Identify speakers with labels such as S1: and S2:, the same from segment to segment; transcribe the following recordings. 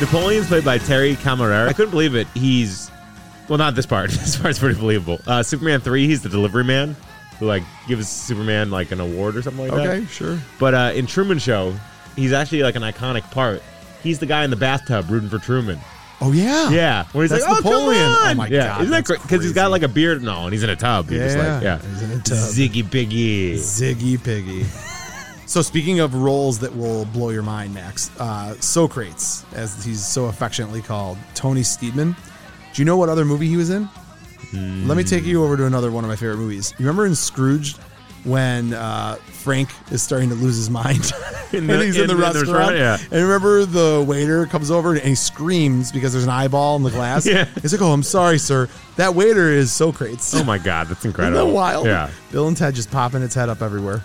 S1: Napoleon's played by Terry Camarera. I couldn't believe it. He's well, not this part. This part's pretty believable. Uh, Superman three. He's the delivery man who like gives Superman like an award or something like that.
S2: Okay, sure.
S1: But uh, in Truman Show, he's actually like an iconic part. He's the guy in the bathtub rooting for Truman.
S2: Oh yeah,
S1: Yeah, when he's
S2: That's
S1: like, "Oh,
S2: Napoleon."
S1: come on!"
S2: Oh, my
S1: yeah.
S2: God,
S1: isn't that
S2: that's
S1: great? Because he's got
S2: crazy.
S1: like a beard and all, and he's in a tub. You're just like,
S2: Yeah,
S1: yeah,
S2: he's in a tub.
S1: Ziggy Biggie.
S2: Ziggy Piggy. so speaking of roles that will blow your mind, Max, uh, Socrates, as he's so affectionately called, Tony Steedman. Do you know what other movie he was in? Let me take you over to another one of my favorite movies. You remember in Scrooge when uh, Frank is starting to lose his mind
S1: In
S2: and
S1: the-
S2: he's in,
S1: in-
S2: the
S1: in the
S2: restaurant?
S1: restaurant, yeah.
S2: And remember the waiter comes over and he screams because there's an eyeball in the glass.
S1: Yeah.
S2: He's like, "Oh, I'm sorry, sir. That waiter is Socrates."
S1: Oh my God, that's
S2: Isn't
S1: incredible.
S2: that wild?
S1: Yeah.
S2: Bill and Ted just popping its head up everywhere.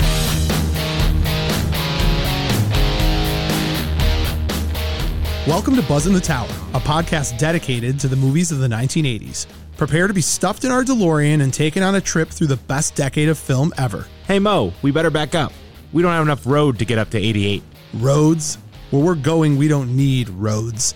S2: Welcome to Buzz in the Tower, a podcast dedicated to the movies of the 1980s. Prepare to be stuffed in our DeLorean and taken on a trip through the best decade of film ever.
S1: Hey Mo, we better back up. We don't have enough road to get up to 88.
S2: Roads? Where we're going, we don't need roads.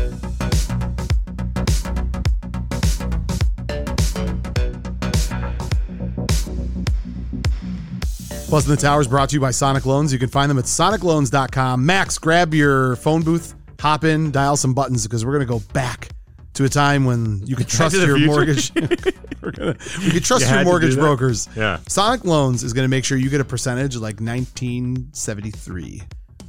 S2: Buzz in the Tower is brought to you by Sonic Loans. You can find them at sonicloans.com. Max, grab your phone booth, hop in, dial some buttons because we're going to go back to a time when you could trust
S1: to the
S2: your
S1: future?
S2: mortgage. we're gonna, we could trust
S1: You had
S2: your
S1: to
S2: mortgage
S1: do that?
S2: brokers.
S1: Yeah.
S2: Sonic Loans is going to make sure you get a percentage like 1973.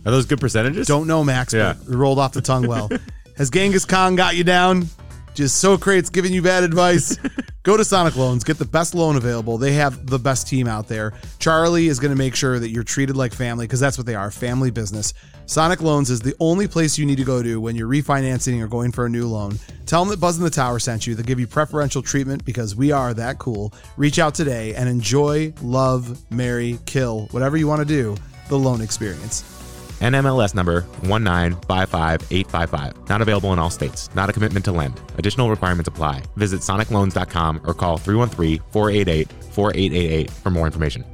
S1: Are those good percentages?
S2: Don't know, Max,
S1: Yeah.
S2: but it rolled off the tongue well. Has Genghis Khan got you down? Just Socrates giving you bad advice. Go to Sonic Loans, get the best loan available. They have the best team out there. Charlie is going to make sure that you're treated like family because that's what they are family business. Sonic Loans is the only place you need to go to when you're refinancing or going for a new loan. Tell them that Buzz in the Tower sent you. They'll give you preferential treatment because we are that cool. Reach out today and enjoy, love, marry, kill, whatever you want to do, the loan experience.
S1: NMLS number 1955855. Not available in all states. Not a commitment to lend. Additional requirements apply. Visit sonicloans.com or call 313-488-4888 for more information.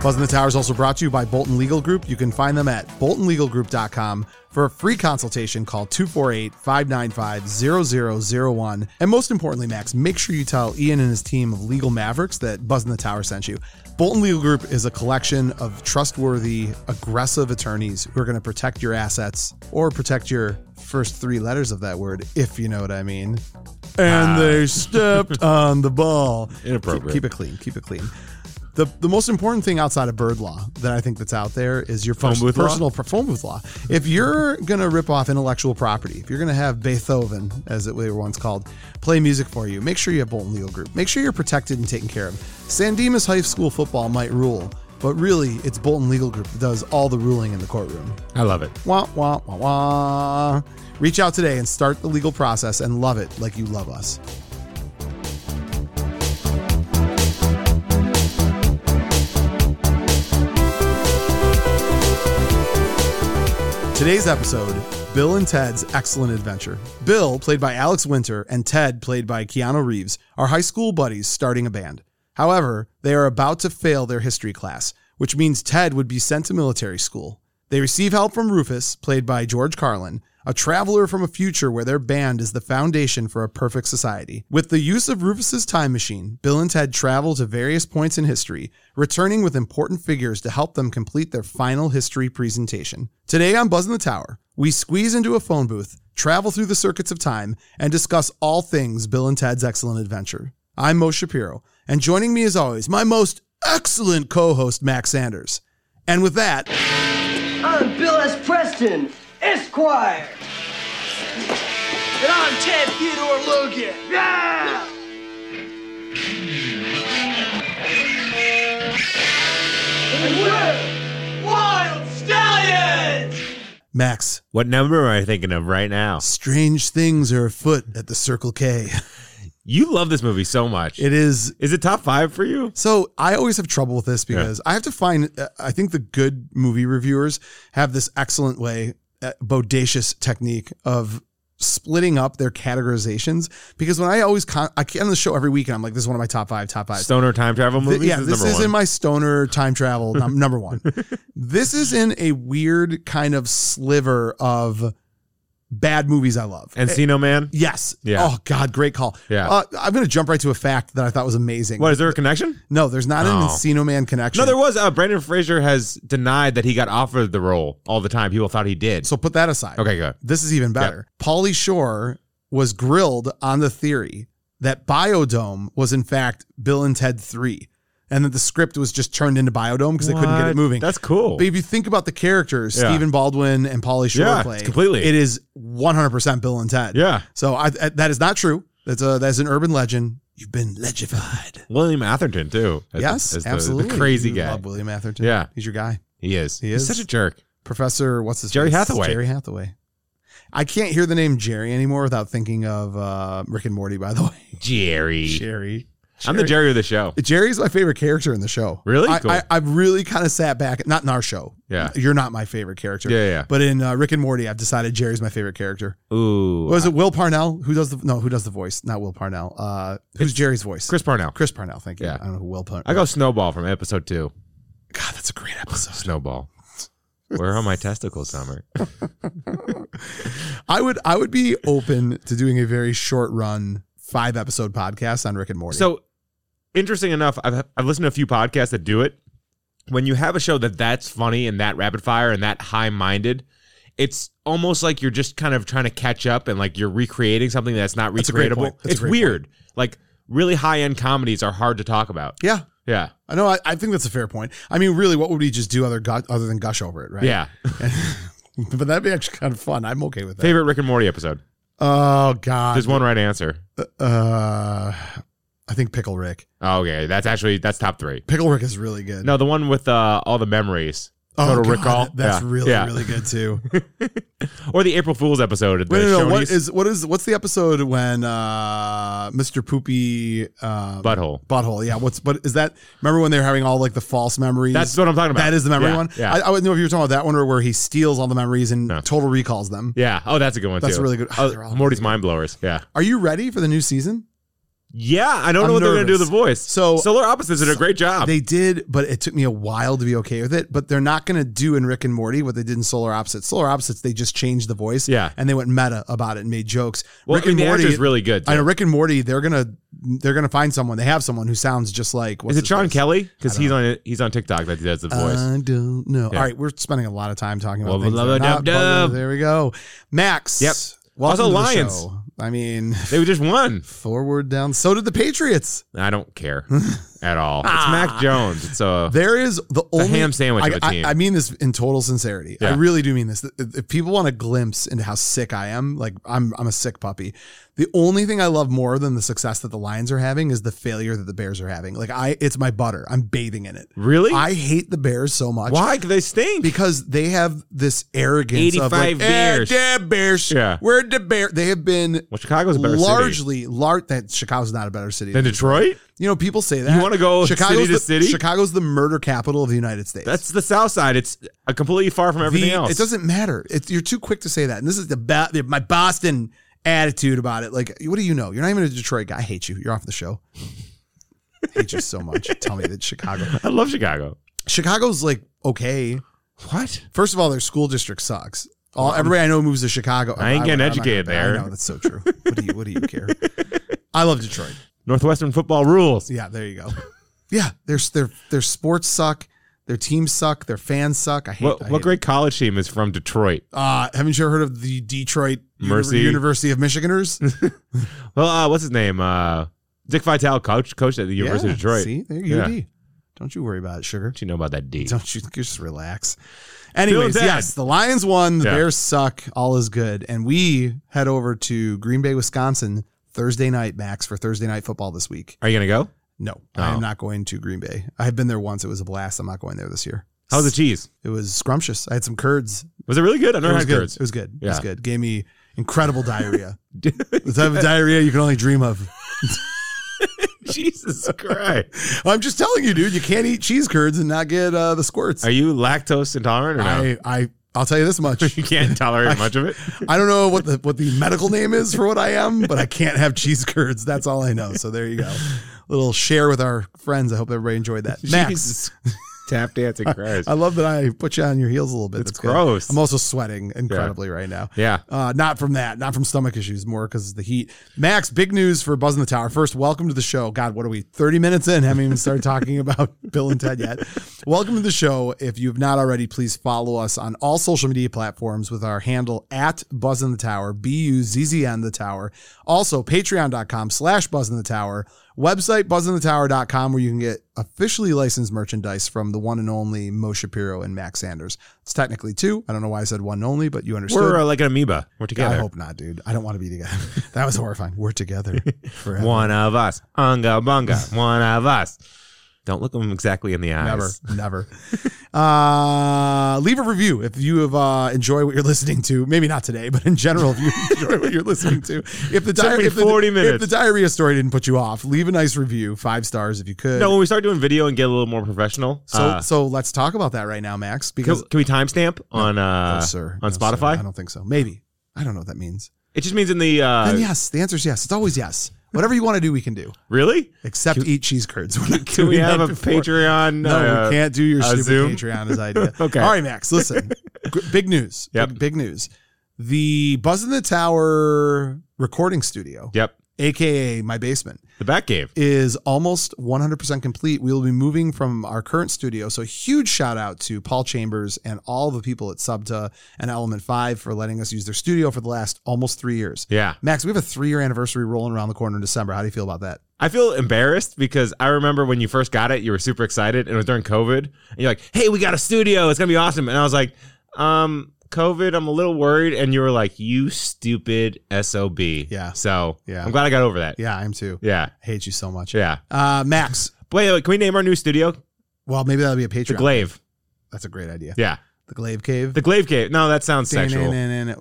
S2: Buzz in the Tower is also brought to you by Bolton Legal Group. You can find them at boltonlegalgroup.com. For a free consultation, call 248 595 0001. And most importantly, Max, make sure you tell Ian and his team of legal mavericks that Buzz in the Tower sent you. Bolton Legal Group is a collection of trustworthy, aggressive attorneys who are going to protect your assets or protect your first three letters of that word, if you know what I mean. Ah. And they stepped on the ball.
S1: Inappropriate.
S2: Keep- keep it clean. Keep it clean. The, the most important thing outside of bird law that I think that's out there is your pers-
S1: booth law?
S2: personal pr- phone booth law. If you're gonna rip off intellectual property, if you're gonna have Beethoven, as it we were once called, play music for you, make sure you have Bolton Legal Group. Make sure you're protected and taken care of. San Dimas High School football might rule, but really it's Bolton Legal Group that does all the ruling in the courtroom.
S1: I love it.
S2: Wah, wah, wah, wah. Reach out today and start the legal process and love it like you love us. Today's episode Bill and Ted's Excellent Adventure. Bill, played by Alex Winter, and Ted, played by Keanu Reeves, are high school buddies starting a band. However, they are about to fail their history class, which means Ted would be sent to military school. They receive help from Rufus, played by George Carlin, a traveler from a future where their band is the foundation for a perfect society. With the use of Rufus's time machine, Bill and Ted travel to various points in history, returning with important figures to help them complete their final history presentation. Today on Buzz in the Tower, we squeeze into a phone booth, travel through the circuits of time, and discuss all things Bill and Ted's excellent adventure. I'm Mo Shapiro, and joining me as always, my most excellent co-host Max Sanders. And with that,
S3: I'm Bill S. Preston, Esquire. And I'm Ted Theodore Logan. Yeah! And we're Wild Stallions!
S2: Max,
S1: What number am I thinking of right now?
S2: strange things are afoot at the Circle K.
S1: You love this movie so much.
S2: It is
S1: Is it top five for you?
S2: so I always have trouble with this because I have to find uh, I think the good movie reviewers have this excellent way uh, bodacious technique of splitting up their categorizations because when I always con- I get on the show every week and I'm like this is one of my top 5 top 5
S1: Stoner time travel
S2: Th-
S1: movies.
S2: yeah,
S1: is
S2: this
S1: number
S2: is
S1: one.
S2: in my stoner time travel num- number one. This is in a weird kind of sliver of bad movies I love.
S1: Encino Man.
S2: yes.
S1: Yeah.
S2: Oh God, great call.
S1: Yeah.
S2: Uh, I'm gonna jump right to a fact that I thought was amazing.
S1: What is there a connection?
S2: No, there's not an
S1: Oh.
S2: Encino Man connection.
S1: No, there was. Uh, Brandon Fraser has denied that he got offered the role all the time. People thought he did.
S2: so put that aside.
S1: okay, good.
S2: This is even better. Pauly Shore was grilled on the theory that Biodome was in fact Bill and Ted Three, and that the script was just turned into Biodome because they couldn't get it
S1: What?
S2: moving.
S1: That's cool.
S2: But if you think about the characters
S1: Yeah.
S2: Stephen Baldwin and Polly Shore
S1: Yeah,
S2: play,
S1: it's completely.
S2: it is 100% Bill and Ted.
S1: yeah.
S2: So I, I- that is not true. That's a that's an urban legend. You've been legified.
S1: William Atherton too. as the-
S2: yes,
S1: as the-
S2: absolutely.
S1: The, crazy
S2: You
S1: guy.
S2: Love William Atherton.
S1: Yeah.
S2: he's your guy.
S1: He is.
S2: He is.
S1: He's such a jerk.
S2: Professor, what's his
S1: Jerry
S2: face?
S1: Hathaway.
S2: Jerry Hathaway. I can't hear the name Jerry anymore without thinking of uh, Rick and Morty. By the way,
S1: Jerry.
S2: Jerry.
S1: I'm the Jerry of the show.
S2: Jerry's my favorite character in the show.
S1: Really?
S2: I,
S1: Cool.
S2: I, I've really kind of sat back, not in our show.
S1: Yeah.
S2: You're not my favorite character.
S1: Yeah, yeah, yeah.
S2: But in uh, Rick and Morty, I've decided Jerry's my favorite character.
S1: Ooh.
S2: Was it Will Parnell? Who does the no? Who does the voice? Not Will Parnell. Uh, who's Jerry's voice?
S1: Chris Parnell.
S2: Chris Parnell. Thank you.
S1: Yeah.
S2: I don't know who Will Parnell.
S1: I go Snowball from episode two.
S2: God, that's a great episode.
S1: Snowball. Where are my testicles, Summer?
S2: I would I would be open to doing a very short run five episode podcast on Rick and Morty.
S1: So, interesting enough, I've, I've listened to a few podcasts that do it. When you have a show that that's funny and that rapid fire and that high minded, it's almost like you're just kind of trying to catch up and like you're recreating something that's not
S2: That's a great
S1: recreatable.
S2: point. That's a
S1: It's
S2: great
S1: weird. Like really high end comedies are hard to talk about.
S2: yeah,
S1: Yeah.
S2: I know. I, I think that's a fair point. I mean, really, what would we just do other gu- other than gush over it, right?
S1: Yeah.
S2: but that'd be actually kind of fun. I'm okay with that.
S1: Favorite Rick and Morty episode?
S2: Oh God.
S1: There's one right answer.
S2: Uh, I think Pickle Rick.
S1: Oh, okay. That's actually, that's top three.
S2: Pickle Rick is really good. Oh,
S1: No, the one with uh, all the memories. Total
S2: God,
S1: recall.
S2: That's
S1: Yeah.
S2: really
S1: Yeah.
S2: really good too.
S1: Or the April Fool's episode. at The
S2: Wait, no, no. What
S1: Shoney's
S2: is what is what's the episode when uh Mr. Poopy uh
S1: Butthole.
S2: butthole? Yeah, what's but is that? Remember when they were having all like the false memories?
S1: That's what I'm talking about.
S2: that is the memory
S1: Yeah,
S2: one.
S1: Yeah.
S2: I, I wouldn't know if you were talking about that one or where he steals all the memories and
S1: No.
S2: total recalls them.
S1: Yeah. Oh, that's a good one
S2: That's
S1: too.
S2: a really good-
S1: Oh,
S2: they're all
S1: Morty's mind blowers. Yeah.
S2: Are you ready for the new season?
S1: Yeah. I don't
S2: I'm
S1: know what they're gonna do
S2: nervous.
S1: with the voice.
S2: So-
S1: solar opposites did a great job.
S2: They did, but it took me a while to be okay with it. But they're not going to do in Rick and Morty what they did in Solar Opposites. Solar Opposites, they just changed the voice,
S1: Yeah.
S2: and they went meta about it and made jokes.
S1: well,
S2: Rick and
S1: the
S2: Morty
S1: actor's really good.
S2: I know
S1: too.
S2: Rick and Morty. They're gonna they're gonna find someone. They have someone who sounds just like. what's
S1: Is it
S2: his
S1: Sean
S2: face?
S1: Kelly? Because he's on he's on TikTok that does the voice.
S2: I don't know.
S1: Yeah.
S2: All right, we're spending a lot of time talking about
S1: Well,
S2: things. that
S1: blah,
S2: are
S1: blah,
S2: not
S1: dub,
S2: popular.
S1: dub.
S2: There we go. Max.
S1: Yep.
S2: Welcome
S1: Also
S2: to the
S1: Lions.
S2: show. I mean,
S1: they just won.
S2: forward down. So did the Patriots.
S1: I don't care at all. It's Mac Jones. It's uh,
S2: There is Ah. the only
S1: ham sandwich
S2: I,
S1: of a
S2: I-
S1: team.
S2: I, mean this in total sincerity. I
S1: Yeah.
S2: really do mean this. If if people want a glimpse into how sick I am, like I'm, I'm a sick puppy. The only thing I love more than the success that the Lions are having is the failure that the Bears are having. Like I, it's my butter. I'm bathing in it.
S1: really
S2: I hate the Bears so much.
S1: why? 'Cause they stink.
S2: Because they have this arrogance of like,
S1: 85 Bears."
S2: Eh, damn Bears.
S1: Yeah.
S2: We're the Bear. They have been
S1: well, Chicago's a better city
S2: largely, large, that Chicago's not a better city.
S1: than Detroit.
S2: you know, people say that.
S1: You want want to go city to
S2: the,
S1: city.
S2: Chicago's the murder capital of the United States.
S1: That's the South Side. It's uh, completely far from everything
S2: The-
S1: else.
S2: It doesn't matter. It's, you're too quick to say that. And this is the, ba- the my Boston attitude about it. Like, what do you know? You're not even a Detroit guy. I hate you. You're off the show. I hate you so much. Tell me that Chicago.
S1: I love Chicago.
S2: Chicago's like okay.
S1: What?
S2: First of all, their school district sucks. All everybody I know moves to Chicago.
S1: I ain't getting
S2: I'm not
S1: educated
S2: gonna-
S1: there.
S2: I know that's so true. What do you What do you care? I love Detroit.
S1: Northwestern football rules.
S2: Yeah, there you go. Yeah, their their their sports suck. Their teams suck. Their fans suck. I hate.
S1: What
S2: I
S1: what
S2: hate
S1: great college team is from Detroit?
S2: Uh, haven't you heard of the Detroit Uni-
S1: Mercy.
S2: University of Michiganers?
S1: Well, uh, what's his name? Uh, Dick Vitale, coach, coach at the University
S2: Yeah,
S1: of Detroit.
S2: See, there you
S1: Yeah.
S2: UD. Don't you worry about it, sugar.
S1: What you know about that D?
S2: Don't you just relax. Anyways,
S1: Dead.
S2: yes, the Lions won. The
S1: Yeah.
S2: Bears suck. All is good, and we head over to Green Bay, Wisconsin Thursday night, Max, for Thursday night football this week.
S1: Are you gonna go?
S2: No, I
S1: Oh.
S2: am not going to Green Bay. I have been there once. It was a blast. I'm not going there this year.
S1: How's the cheese?
S2: It was scrumptious. I had some curds.
S1: Was it really good? I never
S2: it was
S1: had
S2: good.
S1: curds.
S2: It was good. It was
S1: Yeah.
S2: good. Gave me incredible diarrhea. the type of diarrhea you can only dream of.
S1: Jesus Christ!
S2: I'm just telling you, dude. You can't eat cheese curds and not get uh, the squirts.
S1: Are you lactose intolerant or no?
S2: I, I, I'll tell you this much.
S1: you can't tolerate much of it.
S2: I don't know what the what the medical name is for what I am, but I can't have cheese curds. That's all I know. So there you go. Little share with our friends. I hope everybody enjoyed that. Max,
S1: Jesus. Tap dancing Christ.
S2: I love that I put you on your heels a little bit.
S1: It's
S2: That's good.
S1: gross.
S2: I'm also sweating incredibly right now.
S1: Yeah.
S2: Uh, not from that, not from stomach issues, more because of the heat. Max, big news for Buzz in the Tower. First, welcome to the show. God, what are we, 30 minutes in? Haven't even started talking about Bill and Ted yet. Welcome to the show. If you've not already, please follow us on all social media platforms with our handle at Buzz in the Tower, B U Z Z N the Tower. Also, patreon.com slash Buzz in the Tower, website buzzinthetower.com where you can get officially licensed merchandise from the one and only Mo Shapiro and Max Sanders. It's technically two. I don't know why I said one and only, but you understood.
S1: We're uh, like an amoeba. We're together.
S2: I hope not, dude. I don't want to be together. That was horrifying. We're together forever.
S1: One of us. Unga bunga. One of us. Don't look them exactly in the eyes.
S2: Never, never. Uh, leave a review if you have uh, enjoy what you're listening to. Maybe not today, but in general, if you enjoy what you're listening to. If the
S1: Took
S2: diar-
S1: me
S2: if the-
S1: 40
S2: if
S1: minutes.
S2: the diarrhea story didn't put you off, leave a nice review, five stars if you could.
S1: No, when we start doing video and get a little more professional,
S2: so
S1: uh,
S2: so let's talk about that right now, Max.
S1: can,
S2: Because
S1: can we timestamp on
S2: No,
S1: uh,
S2: sir,
S1: on
S2: No, sir.
S1: Spotify?
S2: I don't think so. Maybe I don't know what that means.
S1: it just means in the uh,
S2: then yes, the answer is yes. It's always yes. Whatever you want to do, we can do.
S1: really.
S2: Except eat cheese curds. We're not
S1: Can we
S2: doing
S1: have
S2: that
S1: a
S2: before.
S1: Patreon?
S2: No,
S1: uh,
S2: we can't do your
S1: uh,
S2: stupid
S1: Zoom?
S2: Patreon as idea.
S1: Okay.
S2: All right, Max. Listen, G- big news.
S1: Yep.
S2: Big, big news. The Buzz in the Tower recording studio,
S1: Yep.
S2: aka my basement,
S1: The Bat Cave.
S2: is almost 100% complete. We will be moving from our current studio. So huge shout out to Paul Chambers and all the people at Subta and Element Five for letting us use their studio for the last almost three years.
S1: Yeah.
S2: Max, we have a three-year anniversary rolling around the corner in December. How do you feel about that?
S1: I feel embarrassed because I remember when you first got it, you were super excited, and it was during COVID. And you're like, "Hey, we got a studio. It's gonna be awesome." And I was like, "Um, COVID, I'm a little worried." And you were like, "You stupid sob."
S2: Yeah.
S1: So
S2: Yeah.
S1: I'm glad I got over that.
S2: Yeah, I am too.
S1: Yeah.
S2: I hate you so much.
S1: Yeah.
S2: Uh, Max,
S1: Wait, wait, can we name our new studio?
S2: Well, maybe that'll be a Patreon.
S1: The Glaive.
S2: That's a great idea.
S1: Yeah.
S2: The Glaive Cave.
S1: The Glaive Cave. No, that sounds sexual. I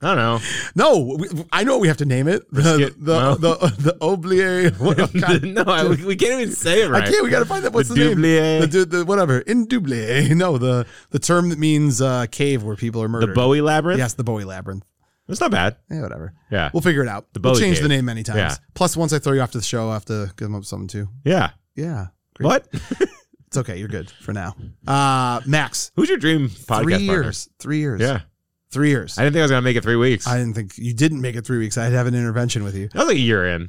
S1: don't know.
S2: No, we, I know what we have to name it. The
S1: Biscuit-
S2: the,
S1: no.
S2: the the Oblier. What, oh, God.
S1: no, I, we, we can't even say it right.
S2: I can't. We got to find that. What's the,
S1: The
S2: name?
S1: Dublier.
S2: The, du- the whatever. Indublier. No, the the term that means uh, cave where people are
S1: The
S2: murdered.
S1: Bowie Labyrinth?
S2: Yes, the Bowie labyrinth.
S1: It's not bad.
S2: Yeah, whatever.
S1: Yeah.
S2: We'll figure it out.
S1: The
S2: we'll
S1: Bowie
S2: change the
S1: Cave.
S2: name many times.
S1: Yeah.
S2: Plus, once I throw you off to the show, I have to give them up something too.
S1: yeah.
S2: Yeah,
S1: What?
S2: it's okay. You're good for now. Uh, Max,
S1: Who's your dream podcast?
S2: three
S1: partner?
S2: years. Three years.
S1: Yeah.
S2: three years.
S1: I didn't think I was going to make it three weeks.
S2: I didn't think you didn't make it three weeks. I'd have an intervention with you.
S1: I was like a year in.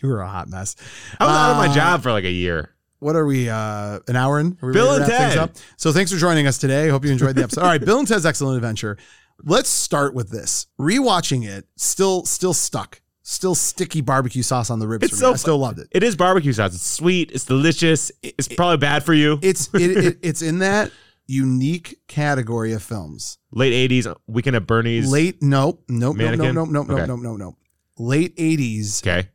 S2: You were a hot mess.
S1: I was out of
S2: Uh,
S1: my job for like a year.
S2: What are we? Uh, an hour in? Are we
S1: Bill
S2: ready to
S1: and
S2: wrap things
S1: Ted.
S2: up? So thanks for joining us today. Hope you enjoyed the episode. All right, Bill and Ted's Excellent Adventure. Let's start with this. Rewatching it, still, still stuck. Still sticky barbecue sauce on the ribs.
S1: It's
S2: for me.
S1: so
S2: I still loved it.
S1: It is barbecue sauce. It's sweet. It's delicious. It's probably bad for you.
S2: It's it, it it's in that unique category of films.
S1: Late 80s, Weekend at Bernie's.
S2: Late, nope, nope, nope, nope,
S1: Mannequin?
S2: nope, nope, nope,
S1: Okay.
S2: nope, nope, nope. Late eighties
S1: Okay.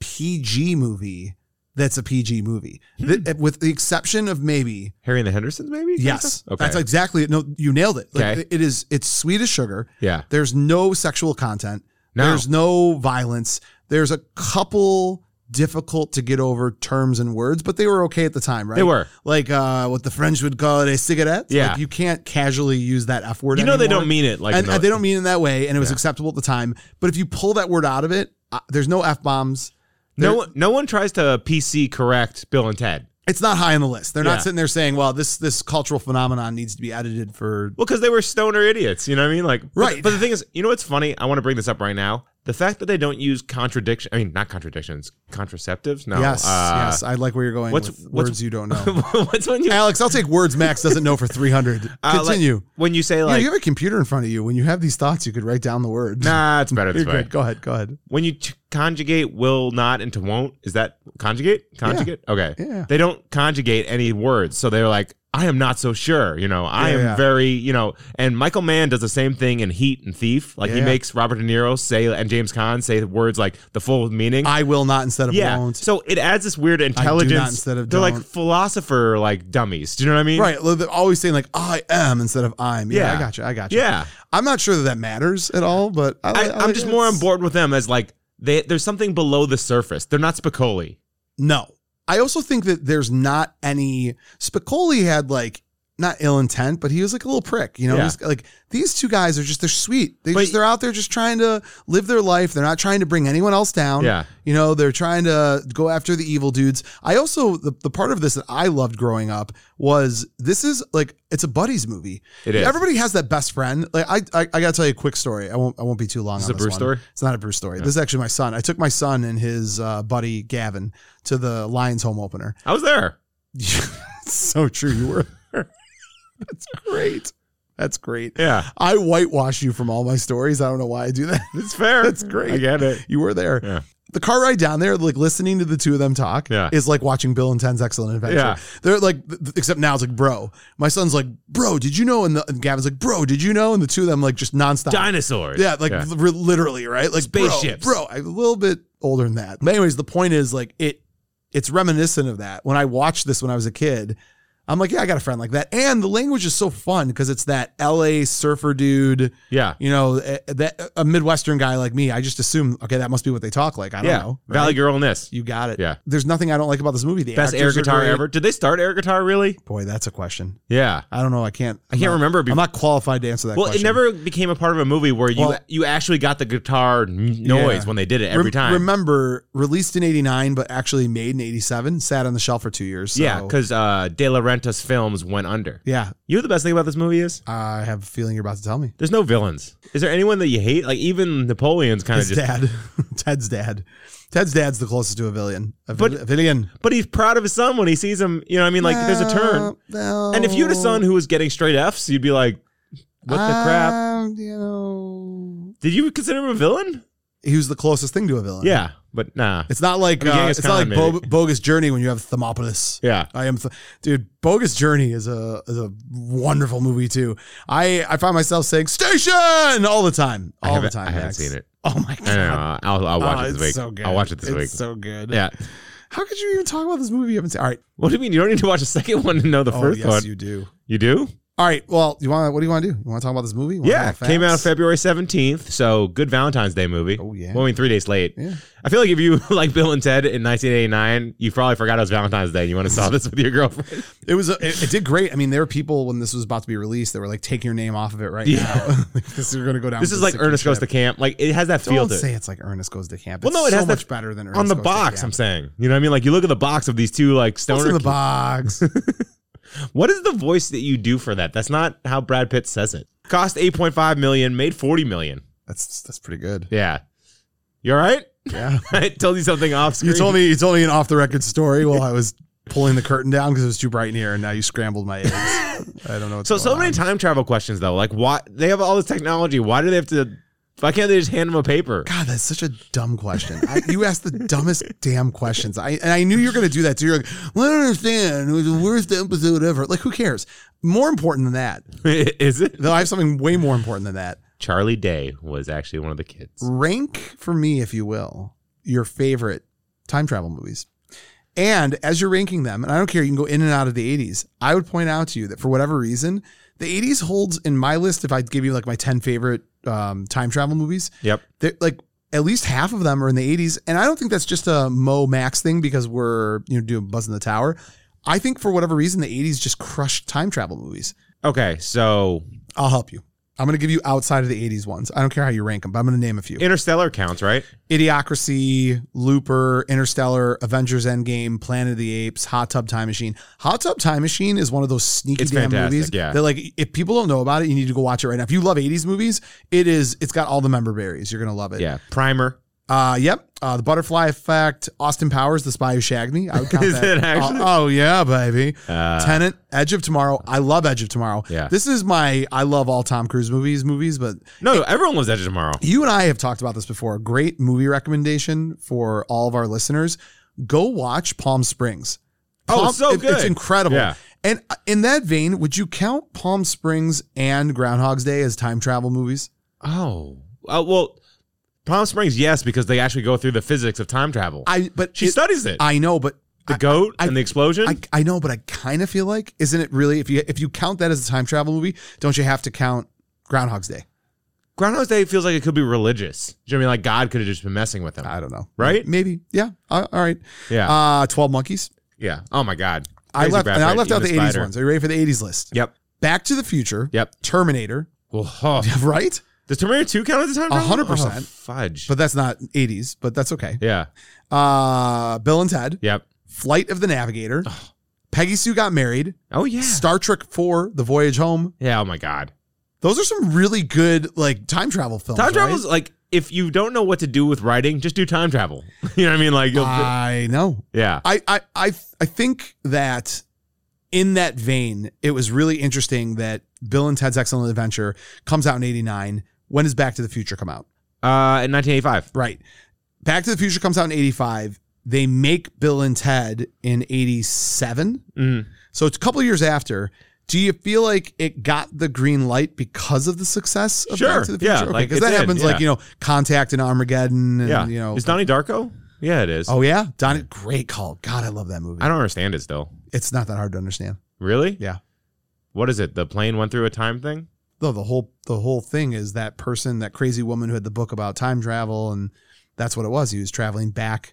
S2: PG movie. That's a PG movie,
S1: Hmm.
S2: Th- with the exception of maybe
S1: Harry and the Hendersons, maybe?
S2: Yes.
S1: Okay.
S2: That's exactly it. No, you nailed it. Like,
S1: Okay.
S2: It is, it's sweet as sugar.
S1: yeah.
S2: There's no sexual content.
S1: No.
S2: There's no violence. There's a couple difficult to get over terms and words, but they were okay at the time, right?
S1: They were.
S2: Like uh, what the French would call it a cigarette.
S1: Yeah.
S2: Like, you can't casually use that F word
S1: You know they
S2: anymore.
S1: don't mean it like
S2: and
S1: no-
S2: and they don't mean it in that way, and it was acceptable at the time. But if you pull that word out of it, uh, there's no f bombs.
S1: No one, no one tries to PC correct Bill and Ted.
S2: It's not high on the list. They're
S1: Yeah.
S2: not sitting there saying, "Well, this this cultural phenomenon needs to be edited for."
S1: Well, because they were stoner idiots. You know what I mean? Like, but-
S2: Right.
S1: But, the thing is, you know what's funny? I want to bring this up right now. The fact that they don't use contradiction. I mean, not contradictions, contraceptives. No.
S2: yes,
S1: uh,
S2: yes, I like where you're going
S1: what's-
S2: with
S1: what's-
S2: words you don't know.
S1: what's when you
S2: Alex, I'll take words Max doesn't know for 300.
S1: uh, like,
S2: Continue.
S1: when you say
S2: You know,
S1: like
S2: you have a computer in front of you. When you have these thoughts, you could write down the word.
S1: nah, it's better
S2: You're
S1: this way.
S2: good. Go ahead. Go ahead.
S1: When you t- conjugate will not into won't, is that conjugate? Conjugate? Okay.
S2: Yeah.
S1: They don't conjugate any words, so they're like. I am not so sure, you know. I
S2: Yeah,
S1: am
S2: yeah.
S1: very, you know, and Michael Mann does the same thing in Heat and Thief. Like he
S2: Yeah.
S1: makes Robert De Niro say and James Caan say words like the full meaning.
S2: I will not instead of
S1: Yeah.
S2: won't.
S1: So it adds this weird intelligence.
S2: instead of
S1: They're like
S2: don't.
S1: philosopher like dummies. Do you know what I mean?
S2: Right. They're always saying like I am instead of I'm. Yeah,
S1: Yeah.
S2: I got you. I got you.
S1: Yeah.
S2: I'm not sure that that matters at all, but I,
S1: I,
S2: I
S1: I'm
S2: like
S1: just
S2: it.
S1: more on
S2: It's-
S1: board with them as like they there's something below the surface. They're not Spicoli.
S2: No. I also think that there's not any Spicoli had like not ill intent, but he was like a little prick, you know.
S1: Yeah.
S2: He's- like these two guys are just they're sweet. They
S1: But-
S2: just, they're out there just trying to live their life. They're not trying to bring anyone else down.
S1: Yeah.
S2: You know, they're trying to go after the evil dudes. I also the, the part of this that I loved growing up was this is like it's a buddies movie.
S1: It is.
S2: Everybody has that best friend. Like I I, I gotta tell you a quick story. I won't I won't be too long.
S1: Is
S2: on
S1: this a Bruce
S2: one.
S1: story?
S2: It's not a Bruce story. This is actually my son. I took my son and his uh, buddy Gavin to the Lions home opener.
S1: I was there.
S2: so true. You were. That's great. That's great.
S1: Yeah.
S2: I whitewash you from all my stories. I don't know why I do that.
S1: It's fair.
S2: That's great.
S1: I get it.
S2: You were there.
S1: Yeah.
S2: The car ride down there, like listening to the two of them talk,
S1: Yeah.
S2: is like watching Bill and Ten's Excellent Adventure.
S1: Yeah.
S2: They're like, th- th- except now it's like, bro. My son's like, bro, did you know? And, the, and Gavin's like, bro, did you know? And the two of them like just nonstop.
S1: Dinosaurs.
S2: Yeah, like li- literally, right? Like bro,
S1: Spaceships.
S2: Bro, I'm a little bit older than that. But anyways, the point is like it it's reminiscent of that. When I watched this when I was a kid, I'm like, yeah, I got a friend like that. And the language is so fun because it's that LA surfer dude,
S1: Yeah.
S2: you know, eh, that a Midwestern guy like me. I just assume, okay, that must be what they talk like. I don't
S1: Yeah.
S2: know. right?
S1: Valley Girl and this.
S2: You got it.
S1: Yeah.
S2: There's nothing I don't like about this movie. The
S1: Best air
S2: actors are
S1: guitar
S2: great.
S1: ever. Did they start air guitar really?
S2: Boy, that's a question.
S1: Yeah.
S2: I don't know. I can't.
S1: I can't remember.
S2: I'm not qualified to answer that.
S1: well,
S2: question.
S1: it never became a part of a movie where you
S2: Well-
S1: you actually got the guitar n- noise
S2: Yeah.
S1: when they did it every
S2: Rem-
S1: time.
S2: Remember, released in '89, but actually made in '87. Sat on the shelf for two years. So,
S1: yeah, because uh, De La Renta's films went under.
S2: yeah,
S1: You know what the best thing about this movie is?
S2: I have a feeling you're about to tell me.
S1: There's no villains. Is there anyone that you hate? Like even Napoleon's kind of
S2: His
S1: just,
S2: dad, Ted's dad, Ted's dad's the closest to a villain. A
S1: But-
S2: vil- a villain.
S1: but he's proud of his son when he sees him. You know, what I mean, like there's a turn.
S2: No,
S1: And if you had a son who was getting straight Fs, you'd be like, "What the crap?
S2: Um, You know,
S1: Did you consider him a villain?"
S2: he was the closest thing to a villain.
S1: Yeah, but nah.
S2: it's not like
S1: I mean,
S2: uh,
S1: Genghis
S2: it's not like
S1: Khan,
S2: Bo-
S1: maybe.
S2: bogus journey when you have Thermopolis.
S1: yeah,
S2: I am, th- dude. Bogus Journey is a is a wonderful movie too. I I find myself saying "station" all the time,
S1: I
S2: all the
S1: haven't-
S2: time.
S1: I haven't
S2: Max.
S1: seen it.
S2: Oh my
S1: I
S2: god,
S1: don't know. I'll, I'll watch
S2: Oh,
S1: it
S2: it's
S1: this week.
S2: So good.
S1: I'll watch it this
S2: It's
S1: week.
S2: So good.
S1: yeah.
S2: How could you even talk about this movie? You haven't seen. All right.
S1: What do you mean? You don't need to watch the second one to know the
S2: Oh
S1: first
S2: yes,
S1: one. You,
S2: you do.
S1: do?
S2: All right. Well, you want? What do you want to do? You want to talk about this movie? You wanna
S1: Yeah.
S2: talk about
S1: Came out
S2: facts?
S1: February seventeenth. So good Valentine's Day movie.
S2: Oh, yeah.
S1: Well, I mean, three days late.
S2: Yeah.
S1: I feel like if you like Bill and Ted in 1989, you probably forgot it was Valentine's Day and you went and saw this with your girlfriend.
S2: It was. A, it, it did great. I mean, there were people when this was about to be released that were like, "Take your name off of it right now. Like, this is going to go down."
S1: This
S2: with
S1: is
S2: the
S1: like
S2: sinking
S1: Ernest Goes to
S2: ship.
S1: Camp. Like it has that feel
S2: Don't
S1: to it.
S2: say it's like Ernest goes to camp.
S1: Well, no,
S2: It's
S1: it has
S2: so
S1: that-
S2: much better than Ernest
S1: on the
S2: Goes to
S1: box.
S2: Camp.
S1: I'm saying, you know what I mean? Like you look at the box of these two like
S2: What's
S1: stoner.
S2: in the
S1: ki-
S2: box?
S1: What is the voice that you do for that? That's not how Brad Pitt says it. Cost 8.5 million, made 40 million.
S2: that's that's pretty good.
S1: Yeah, you all right?
S2: Yeah.
S1: I told you something off
S2: You
S1: screen.
S2: told me you told me an off the record story while I was pulling the curtain down because it was too bright in here, and now you scrambled my eggs. I don't know. What's
S1: So so
S2: going
S1: many
S2: on.
S1: time travel questions though. Like why they have all this technology? Why do they have to? Why can't they just hand them a paper?
S2: God, that's such a dumb question. I, you asked the dumbest damn questions. I and I knew you were going to do that too. You're like, well, I don't understand. It was the worst episode ever. Like, who cares? More important than that,
S1: Is it?
S2: though, I have something way more important than that.
S1: Charlie Day was actually one of the kids.
S2: Rank for me, if you will, your favorite time travel movies. And as you're ranking them, and I don't care, you can go in and out of the 80s. I would point out to you that for whatever reason, the 80s holds in my list. If I gave you like my 10 favorite um, time travel movies,
S1: Yep.
S2: they're like at least half of them are in the 80s. And I don't think that's just a Mo Max thing because we're, you know, doing Buzz in the Tower. I think for whatever reason, the 80s just crushed time travel movies.
S1: Okay, so
S2: I'll help you. I'm going to give you outside of the 80s ones. I don't care how you rank them, but I'm going to name a few.
S1: Interstellar counts, right?
S2: Idiocracy, Looper, Interstellar, Avengers Endgame, Planet of the Apes, Hot Tub Time Machine. Hot Tub Time Machine is one of those sneaky
S1: It's
S2: damn
S1: fantastic,
S2: movies
S1: yeah.
S2: that like if people don't know about it, you need to go watch it right now. If you love 80s movies, it is it's got all the member berries. You're going to love it.
S1: Yeah. Primer.
S2: Uh, yep. Uh, the Butterfly Effect, Austin Powers, The Spy Who Shagged Me. I would count
S1: Is
S2: that.
S1: it actually?
S2: Uh, oh yeah, baby.
S1: Uh,
S2: Tenant, Edge of Tomorrow. I love Edge of Tomorrow.
S1: Yeah.
S2: This is my I love all Tom Cruise movies movies, but
S1: no, no, everyone loves Edge of Tomorrow.
S2: you and I have talked about this before. Great movie recommendation for all of our listeners. Go watch Palm Springs.
S1: Oh, it's so
S2: it- It's
S1: good.
S2: incredible.
S1: Yeah.
S2: And uh, in that vein, would you count Palm Springs and Groundhog's Day as time travel movies?
S1: Oh. Uh, well, Palm Springs, yes, because they actually go through the physics of time travel.
S2: I but
S1: she
S2: it-
S1: studies it.
S2: I know, but
S1: the
S2: I-
S1: goat
S2: I-
S1: and the explosion.
S2: I, I know, but I kind of feel like isn't it really if you if you count that as a time travel movie, don't you have to count Groundhog's Day?
S1: Groundhog's Day feels like it could be religious. Do you know what I mean? Like God could have just been messing with him.
S2: I don't know.
S1: Right?
S2: Maybe. Yeah. Uh, all right.
S1: Yeah.
S2: Uh, Twelve Monkeys.
S1: yeah. Oh my God.
S2: I
S1: Crazy
S2: left.
S1: Brad
S2: And I
S1: Pitt,
S2: left out
S1: even
S2: the '80s
S1: spider.
S2: ones. Are you ready for the '80s list?
S1: Yep.
S2: Back to the Future.
S1: Yep.
S2: Terminator.
S1: Well, huh.
S2: right?
S1: Does Terminator 2 count as a time travel?
S2: 100%.
S1: Oh, fudge.
S2: But that's not 80s, but that's okay.
S1: yeah.
S2: Uh, Bill and Ted,
S1: Yep.
S2: Flight of the Navigator, Peggy Sue Got Married,
S1: Oh, yeah.
S2: Star Trek 4, The Voyage Home.
S1: yeah. Oh my God.
S2: Those are some really good like time travel films.
S1: Time
S2: right?
S1: travel is like, if you don't know what to do with writing, just do time travel. you know what I mean? Like, you'll,
S2: I know.
S1: yeah.
S2: I, I I I think that in that vein, it was really interesting that Bill and Ted's Excellent Adventure comes out in 89. When does Back to the Future come out?
S1: Uh, in 1985.
S2: Right. Back to the Future comes out in 85. They make Bill and Ted in 87.
S1: Mm.
S2: So it's a couple years after. Do you feel like it got the green light because of the success of
S1: Sure.
S2: Back to the Future?
S1: Yeah,
S2: Okay,
S1: like, it
S2: that
S1: did,
S2: happens
S1: yeah.
S2: like, you know, Contact and Armageddon and,
S1: Yeah.
S2: you know.
S1: Is Donnie Darko? Yeah, it is.
S2: oh, yeah? Donnie, great call. God, I love that movie.
S1: I don't understand it still.
S2: It's not that hard to understand.
S1: Really?
S2: Yeah.
S1: What is it? The plane went through a time thing?
S2: Though the whole the whole thing is that person, that crazy woman who had the book about time travel, and that's what it was. He was traveling back.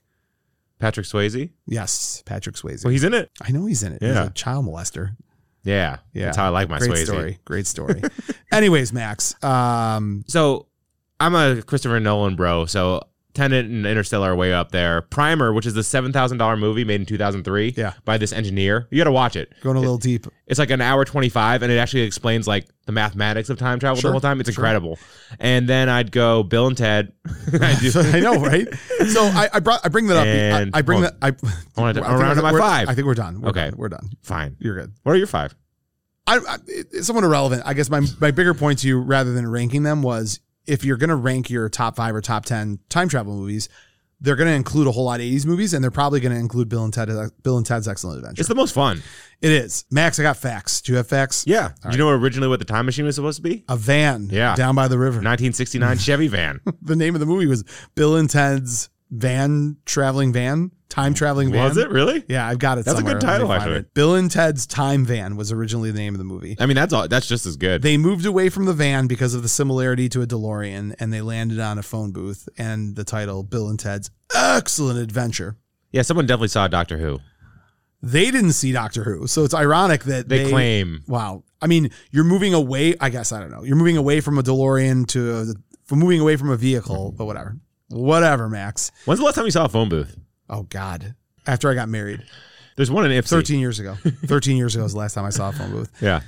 S1: Patrick Swayze?
S2: Yes, Patrick Swayze.
S1: Well, he's in it.
S2: I know he's in it.
S1: Yeah.
S2: He's a child molester.
S1: Yeah.
S2: Yeah.
S1: That's how I like my
S2: Great
S1: Swayze.
S2: story. Great story. Anyways, Max. Um,
S1: So I'm a Christopher Nolan bro. So Tenet and Interstellar are way up there. Primer, which is the seven thousand dollar movie made in two thousand three,
S2: Yeah.
S1: by this engineer. You got to watch it.
S2: going a little deep.
S1: It's like an hour twenty five, and it actually explains like the mathematics of time travel
S2: Sure,
S1: the whole time. It's incredible. And then I'd go Bill and Ted. I do.
S2: I know, right? So I, I brought I bring that up. I,
S1: And-
S2: I bring that I,
S1: I wanted to
S2: I think
S1: round
S2: we're-
S1: to my
S2: we're-
S1: five.
S2: I think we're done. We're
S1: Okay.
S2: done. We're done.
S1: Fine.
S2: You're good.
S1: What are your five?
S2: I, I it's somewhat irrelevant. I guess my my bigger point to you rather than ranking them was if you're gonna rank your top five or top ten time travel movies, they're gonna include a whole lot of 80s movies and they're probably gonna include Bill and Ted uh, Bill and Ted's Excellent Adventure.
S1: It's the most fun.
S2: it is. Max, I got facts. Do you have facts?
S1: Yeah. Do you know originally what the time machine was supposed to be?
S2: A van
S1: Yeah.
S2: down by the river.
S1: 1969 Chevy van.
S2: the name of the movie was Bill and Ted's Van Traveling Van, Time Traveling Van.
S1: Oh, Was it really?
S2: Yeah, I've got it.
S1: That's a
S2: somewhere.
S1: good
S2: Let me
S1: title,
S2: find
S1: actually.
S2: it. Bill and Ted's Time Van was originally the name of the movie.
S1: I mean, that's all. That's just as good.
S2: They moved away from the van because of the similarity to a DeLorean, and they landed on a phone booth and the title Bill and Ted's Excellent Adventure.
S1: yeah, someone definitely saw Doctor Who.
S2: They didn't see Doctor Who, so it's ironic that
S1: They, claim.
S2: Wow. I mean, you're moving away. I guess I don't know. You're moving away from a DeLorean to a, from moving away from a vehicle, but whatever. Whatever, Max.
S1: When's the last time you saw a phone booth?
S2: Oh God. After I got married,
S1: There's one in Ipsy.
S2: 13 years ago. 13 years ago was the last time I saw a phone booth.
S1: Yeah.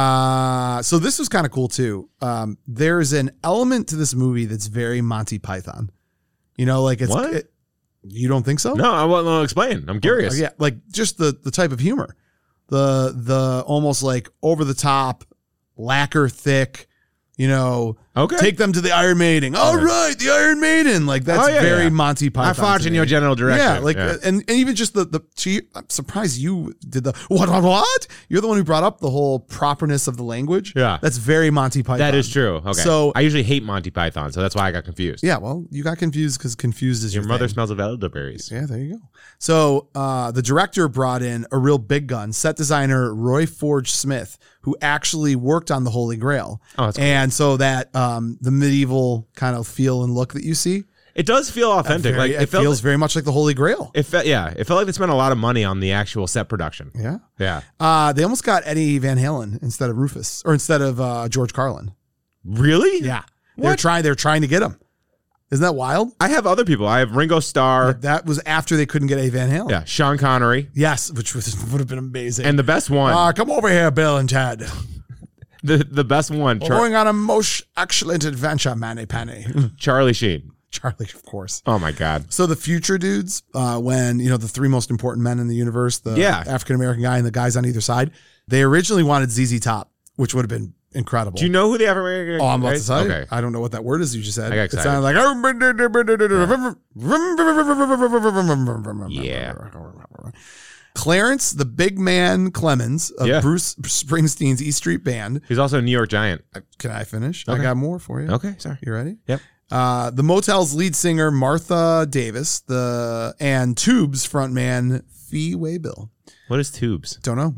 S2: Uh, so this was kind of cool too. Um, there's an element to this movie that's very Monty Python. You know, like it's
S1: What?
S2: it- you don't think so?
S1: No, I want to explain. I'm curious.
S2: Yeah, like just the the type of humor, the the almost like over the top, lacquer thick. You know,
S1: Okay.
S2: take them to the Iron Maiden. All right,
S1: Okay.
S2: the Iron Maiden. Like that's
S1: Oh, yeah,
S2: very
S1: yeah.
S2: Monty Python.
S1: I fought
S2: to
S1: in
S2: me.
S1: your uh, general direction.
S2: Yeah, like and and even just the the. She, I'm surprised you did the what what what. You're the one who brought up the whole properness of the language.
S1: Yeah.
S2: that's very Monty Python.
S1: that is true. Okay.
S2: So-
S1: So I usually hate Monty Python, so that's why I got confused.
S2: Yeah, well, you got confused because confused is your,
S1: Your mother
S2: thing.
S1: smells of elderberries.
S2: Yeah, there you go. So uh, the director brought in a real big gun, set designer Roy Forge Smith, who actually worked on the Holy Grail.
S1: Oh, that's cool.
S2: and so that um, the medieval kind of feel and look that you see.
S1: It does feel authentic.
S2: Very-
S1: like
S2: it,
S1: it, felt,
S2: feels very much like the Holy Grail.
S1: It felt yeah. It felt like they spent a lot of money on the actual set production.
S2: yeah.
S1: Yeah,
S2: Uh, they almost got Eddie Van Halen instead of Rufus or instead of uh, George Carlin.
S1: really?
S2: Yeah. They're
S1: What?
S2: trying they're trying to get him. Isn't that wild?
S1: I have other people. I have Ringo Starr.
S2: That was after they couldn't get Eddie Van Halen.
S1: Yeah, Sean Connery.
S2: Yes, which was, would have been amazing.
S1: And the best one,
S2: uh, come over here, Bill and Ted.
S1: the the best one,
S2: We're
S1: Char-
S2: going on a most excellent adventure, Manny Penny.
S1: Charlie Sheen.
S2: Charlie, of course.
S1: Oh my God.
S2: So the future dudes, uh, when you know the three most important men in the universe, the
S1: Yeah.
S2: African American guy and the guys on either side, they originally wanted ZZ Top, which would have been incredible.
S1: Do you know who the African American?
S2: Oh, I'm about to say.
S1: Okay.
S2: I don't know what that word is you just said.
S1: I got
S2: It
S1: excited.
S2: sounded like.
S1: Yeah.
S2: Clarence, the big man Clemens of
S1: Yeah.
S2: Bruce Springsteen's E Street Band. Uh,
S1: He's also a New York Giant.
S2: Can I finish? I
S1: Okay.
S2: got more for you.
S1: Okay, sorry.
S2: You ready?
S1: Yep.
S2: Uh, the Motel's lead singer Martha Davis, the and Tubes frontman Fee Waybill.
S1: What is tubes?
S2: Don't know.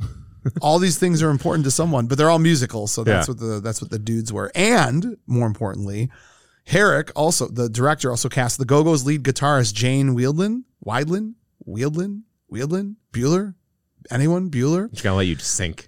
S2: all these things are important to someone, but they're all musical, so that's
S1: Yeah.
S2: what the that's what the dudes were. And more importantly, Herrick also the director also cast the Go-Go's lead guitarist Jane Wheedlin, Weidlin, Wheedlin, Wheedlin, Bueller, anyone Bueller.
S1: Just gonna let you sink.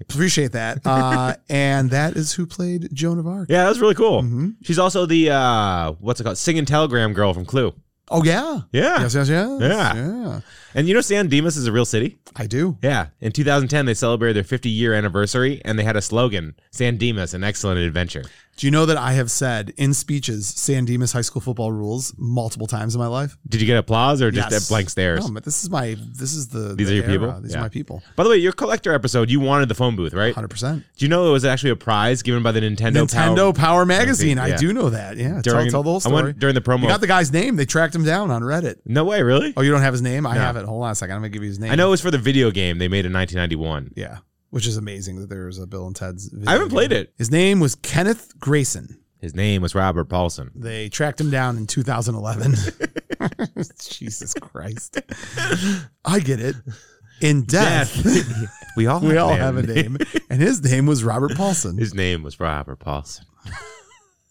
S2: Appreciate that. Uh, and that is who played Joan of Arc.
S1: Yeah, that was really cool.
S2: Mhm.
S1: She's also the uh what's it called? Singing telegram girl from Clue.
S2: Oh yeah.
S1: Yeah.
S2: Yes, yes, yes.
S1: Yeah.
S2: Yeah.
S1: And you know San Dimas is a real city?
S2: I do.
S1: Yeah. In 2010 they celebrated their 50 year anniversary and they had a slogan, San Dimas, an excellent adventure.
S2: Do you know that I have said in speeches San Dimas High School football rules multiple times in my life?
S1: Did you get applause or just
S2: Yes. Oh,
S1: at blank stares?
S2: No, but this is my this is the
S1: These
S2: the
S1: are your
S2: era.
S1: people?
S2: These
S1: Yeah.
S2: are my people.
S1: By the way, your collector episode, you wanted the phone booth, right?
S2: Hundred percent.
S1: Do you know it was actually a prize given by the Nintendo
S2: Nintendo Power,
S1: Power
S2: Magazine. I
S1: Yeah.
S2: do know that. Yeah.
S1: during,
S2: tell, tell the whole
S1: I
S2: story.
S1: went during the promo.
S2: you got the guy's name. They tracked him down on Reddit.
S1: no way, really?
S2: Oh, you don't have his name? I
S1: No.
S2: have it. Hold on a second. I'm gonna give you his name.
S1: I know it was for the video game they made in 1991.
S2: Yeah. Which is amazing that there was a Bill and Ted's. video
S1: I haven't
S2: game.
S1: played it.
S2: His name was Kenneth Grayson.
S1: His name was Robert Paulson.
S2: They tracked him down in 2011. Jesus Christ. I get it. In death,
S1: we all
S2: we all
S1: names.
S2: have a name. And his name was Robert Paulson.
S1: His name was Robert Paulson.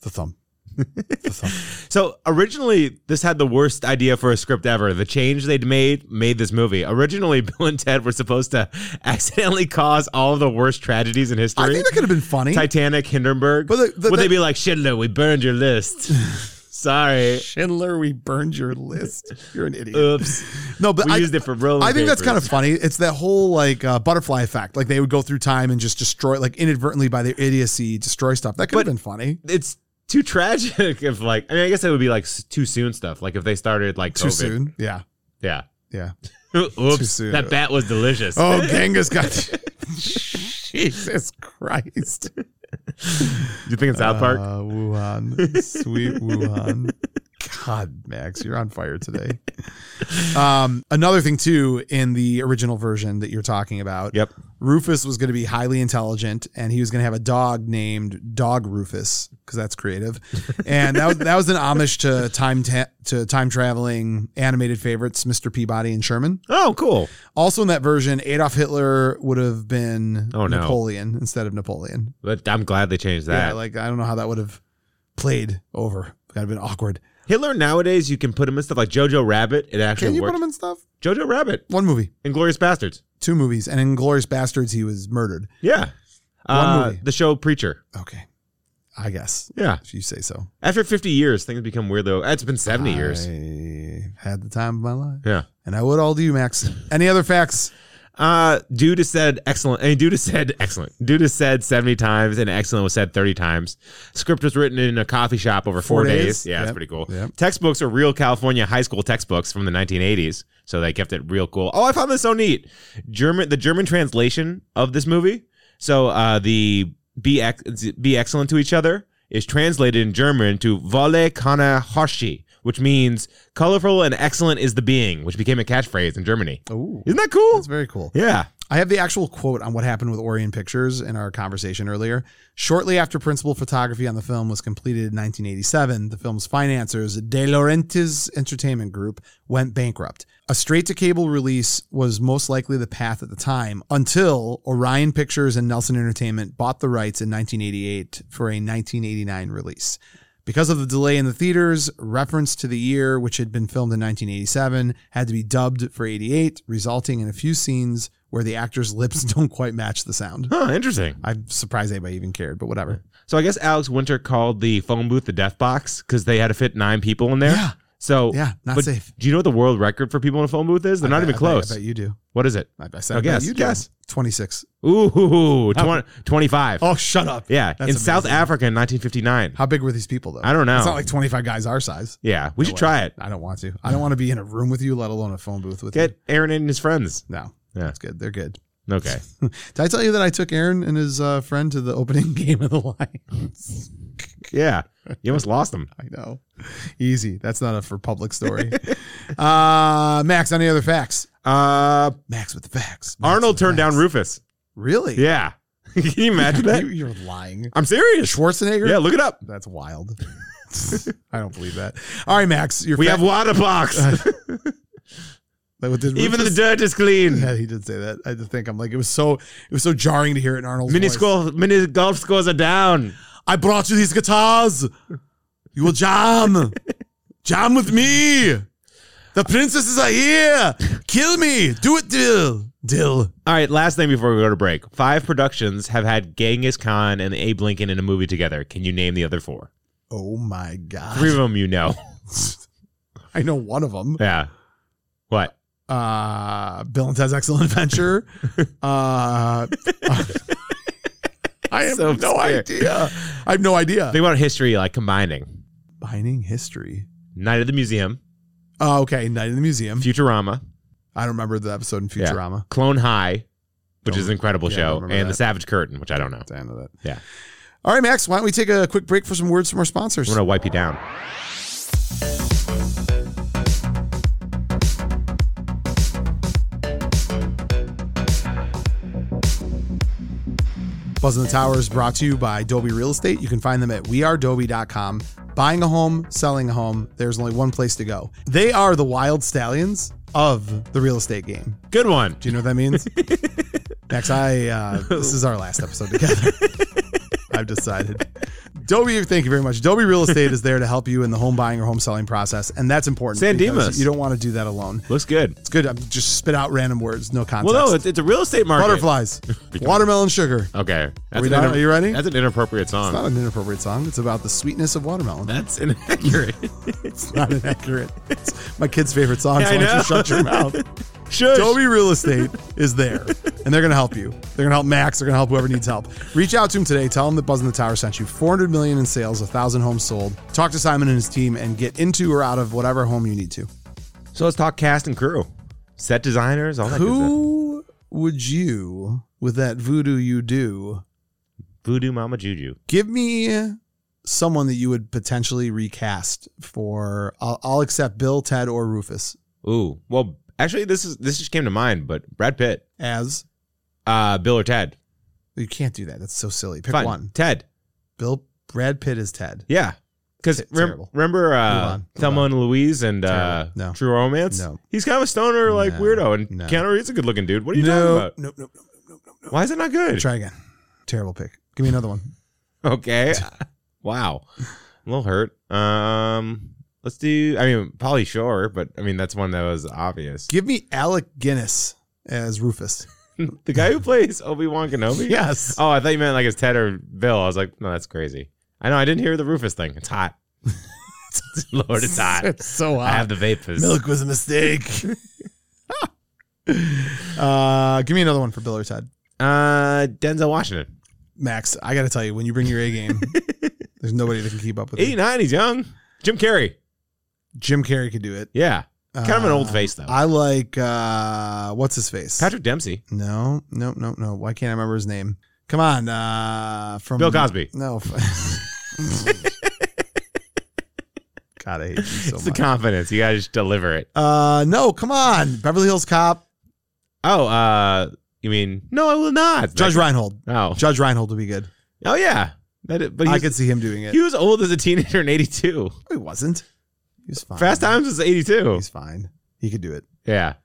S2: the thumb. The thumb.
S1: So originally, this had the worst idea for a script ever. The change they'd made made this movie. Originally, Bill and Ted were supposed to accidentally cause all of the worst tragedies in
S2: I
S1: history.
S2: think that could have been funny.
S1: Titanic, Hindenburg.
S2: But the- the-
S1: Would
S2: the-
S1: they be like Schindler? We burned your list. Sorry.
S2: Schindler, we burned your list. You're an idiot.
S1: Oops.
S2: no, but
S1: We
S2: I,
S1: used it for rolling.
S2: I think that's kind
S1: papers.
S2: of funny. It's that whole like uh, butterfly effect. Like they would go through time and just destroy, like inadvertently by their idiocy, destroy stuff. That could have
S1: But-
S2: been funny.
S1: It's too tragic. If like, I mean, I guess it would be like s- too soon stuff. Like if they started like
S2: Too
S1: COVID.
S2: soon. Yeah.
S1: Yeah.
S2: Yeah.
S1: Oops.
S2: soon.
S1: That bat was delicious.
S2: Oh, Genghis got. Jesus Christ.
S1: Do you think in South Park?
S2: Uh, Wuhan. Sweet Wuhan. God, Max, you're on fire today. Um, another thing, too, in the original version that you're talking about,
S1: Yep.
S2: Rufus was going to be highly intelligent and he was going to have a dog named Dog Rufus because that's creative. And that was, that was an homage to time ta- to time traveling animated favorites, Mr. Peabody and Sherman.
S1: Oh, cool.
S2: Also in that version, Adolf Hitler would have been
S1: Oh, no.
S2: Napoleon instead of Napoleon.
S1: But I'm glad they changed that.
S2: Yeah, like I don't know how that would have played over. That'd have been awkward.
S1: Hitler nowadays, you can put him in stuff like Jojo Rabbit. It
S2: Can
S1: actually
S2: you put
S1: worked.
S2: him in stuff?
S1: Jojo Rabbit,
S2: One movie,
S1: Inglorious Bastards.
S2: two movies, and in Glorious Bastards he was murdered.
S1: Yeah.
S2: One
S1: Uh,
S2: movie.
S1: The show Preacher.
S2: Okay, I guess
S1: Yeah.
S2: if you say so.
S1: After 50 years, things become weird though. It's been 70 years.
S2: I had the time of my life,
S1: Yeah.
S2: and I would all do, Max. Any other facts?
S1: Uh, dude has said excellent. I mean, dude has said excellent. Dude has said 70 times and excellent was said 30 times. Script was written in a coffee shop over four,
S2: Four days.
S1: days. Yeah, that's
S2: Yep.
S1: pretty cool.
S2: Yep.
S1: Textbooks are real California high school textbooks from the 1980s. So they kept it real cool. Oh, I found this so neat. German, the German translation of this movie. So, uh, the be, ex- be excellent to each other is translated in German to Wolle kana Hoshi, which means colorful and excellent is the being, which became a catchphrase in Germany.
S2: Oh,
S1: Isn't that cool?
S2: that's very cool.
S1: yeah.
S2: I have the actual quote on what happened with Orion Pictures in our conversation earlier. Shortly after principal photography on the film was completed in 1987, the film's financiers, De Laurentiis Entertainment Group, went bankrupt. A straight to cable release was most likely the path at the time until Orion Pictures and Nelson Entertainment bought the rights in 1988 for a 1989 release. Because of the delay in the theaters, reference to the year, which had been filmed in 1987, had to be dubbed for 88, resulting in a few scenes where the actors' lips don't quite match the sound.
S1: Huh, interesting.
S2: I'm surprised anybody even cared, but whatever.
S1: So I guess Alex Winter called the phone booth the death box because they had to fit nine people in there.
S2: Yeah.
S1: So
S2: Yeah, not
S1: but
S2: safe.
S1: Do you know what the world record for people in a phone booth is? They're not
S2: I-
S1: even
S2: I bet-
S1: close.
S2: I bet you do.
S1: What is it?
S2: I, I said,
S1: Oh,
S2: I bet
S1: guess,
S2: you do.
S1: guess.
S2: 26.
S1: Ooh, 20, 25.
S2: Oh, shut up.
S1: yeah, in
S2: that's
S1: South
S2: amazing.
S1: Africa in 1959.
S2: How big were these people, though?
S1: I don't know.
S2: It's not like 25 guys our size.
S1: yeah, we should try it.
S2: I don't want to. I don't want to be in a room with you, let alone a phone booth with you.
S1: Get Aaron and his friends.
S2: No,
S1: Yeah.
S2: that's good. They're good.
S1: Okay.
S2: Did I tell you that I took Aaron and his uh, friend to the opening game of the Lions?
S1: Yeah, you almost lost them.
S2: I know. Easy. That's not a for public story. uh, Max, any other facts?
S1: Uh,
S2: Max with the facts. Max
S1: Arnold
S2: with the
S1: turned
S2: facts.
S1: down Rufus.
S2: Really?
S1: Yeah. Can you imagine that?
S2: You, you're lying.
S1: I'm serious.
S2: Schwarzenegger?
S1: Yeah, look it up.
S2: That's wild. I don't believe that. All right, Max. Your
S1: We
S2: fa-
S1: have water box.
S2: Like, what did
S1: Even the
S2: Uh, Rufus-
S1: dirt is clean.
S2: Yeah, he did say that. I had to think. I'm like, it was so, it was so jarring to hear it in Arnold's
S1: Mini
S2: voice.
S1: score, mini golf scores are down.
S2: I brought you these guitars. You will jam. jam with me. The princesses are here. Kill me. Do it, Dill. Dill.
S1: All right, last thing before we go to break. Five productions have had Genghis Khan and Abe Lincoln in a movie together. Can you name the other four?
S2: Oh my
S1: Three
S2: God.
S1: of them you know.
S2: I know one of them.
S1: Yeah. What?
S2: Uh, Bill and Ted's Excellent Adventure. Uh, I have
S1: So
S2: no
S1: obscure.
S2: idea. I have no idea.
S1: Think about history like combining
S2: Combining history.
S1: Night at the Museum,
S2: Oh, okay. Night in the Museum.
S1: Futurama,
S2: I don't remember the episode in
S1: Yeah.
S2: Futurama.
S1: Clone High, which
S2: Don't-
S1: is an incredible
S2: yeah, I
S1: show,
S2: don't
S1: and
S2: remember
S1: The
S2: that.
S1: Savage Curtain, which I don't know. I'm
S2: Damn it.
S1: Yeah.
S2: All right, Max, why don't we take a quick break for some words from our sponsors?
S1: going to wipe you down.
S2: Buzz in the Tower is brought to you by Dolby Real Estate. You can find them at wearedolby.com. Buying a home, selling a home, there's only one place to go. They are the wild stallions of the real estate game.
S1: Good one.
S2: Do you know what that means? Max, I uh, this is our last episode together. I've decided. Dolby, thank you very much. Dolby Real Estate is there to help you in the home buying or home selling process, and that's important.
S1: San
S2: because
S1: Dimas.
S2: You don't want to do that alone.
S1: Looks good.
S2: It's good. I'm just spit out random words, no context.
S1: Well, no, it's, it's a real estate market.
S2: butterflies, watermelon sugar.
S1: Okay.
S2: we done? Are you ready?
S1: That's an inappropriate
S2: It's
S1: song.
S2: not an inappropriate song. It's about the sweetness of watermelon.
S1: That's inaccurate.
S2: It's not inaccurate. It's my kid's favorite song. So
S1: I
S2: why don't
S1: know.
S2: you shut your mouth?
S1: Shush.
S2: Dolby Real Estate is there, and they're going to help you. They're going to help Max. They're going to help whoever needs help. Reach out to him today. Tell him that Buzz in the Tower sent you. 400 million in sales, 1,000 homes sold. Talk to Simon and his team, and get into or out of whatever home you need to.
S1: So let's talk cast and crew, set designers, all that good stuff.
S2: Who would you, with that voodoo you do,
S1: Voodoo Mama Juju.
S2: give me someone that you would potentially recast for I'll, I'll accept Bill, Ted, or Rufus
S1: Ooh. Well, actually, this is this just came to mind, but Brad Pitt,
S2: as
S1: uh, Bill or Ted.
S2: you can't do that. That's so silly. Pick
S1: Fine.
S2: one.
S1: Ted.
S2: Bill Brad Pitt is Ted.
S1: Yeah. Because
S2: T- terrible.
S1: remember uh,
S2: Move on. Move
S1: Thelma
S2: on.
S1: and Louise and uh,
S2: Terrible. No.
S1: True Romance?
S2: No.
S1: He's kind of a stoner, like
S2: No.
S1: weirdo, and
S2: No.
S1: Keanu Reeves a good looking dude. What are you
S2: no,
S1: talking about?
S2: no, no, no, no, no, no.
S1: Why is it not good?
S2: Try again. Terrible pick. Give me another one.
S1: Okay. wow. I'm a little hurt. Um, let's do. I mean, Polly Shore, but I mean that's one that was obvious.
S2: Give me Alec Guinness as Rufus.
S1: the guy who plays Obi Wan Kenobi.
S2: Yes.
S1: Oh, I thought you meant like it's Ted or Bill. I was like, no, that's crazy. I know. I didn't hear the Rufus thing. It's hot. Lord, it's hot.
S2: It's so
S1: I have
S2: hot.
S1: the vapors.
S2: Milk was a mistake. uh, give me another one for Bill or Ted.
S1: Uh, Denzel Washington.
S2: Max, I got to tell you, when you bring your A game, there's nobody that can keep up with it.
S1: 89, he's young. Jim Carrey.
S2: Jim Carrey could do it.
S1: Yeah. Kind of an
S2: Uh,
S1: old face, though.
S2: I like uh what's his face?
S1: Patrick Dempsey.
S2: No, no, no, no. Why can't I remember his name? Come on, uh from
S1: Bill Cosby.
S2: No. God, I hate you so
S1: It's the
S2: much.
S1: confidence. You got to just deliver it.
S2: uh no, come on. Beverly Hills Cop.
S1: Oh, uh, you mean, no, I will not.
S2: Judge Reinhold.
S1: Oh.
S2: Judge Reinhold would be good.
S1: Oh, yeah. That, but he
S2: I
S1: was,
S2: could see him doing it.
S1: he was old as a teenager in 82.
S2: he wasn't. He was fine.
S1: Fast Times was 82.
S2: He's fine. He could do it.
S1: Yeah.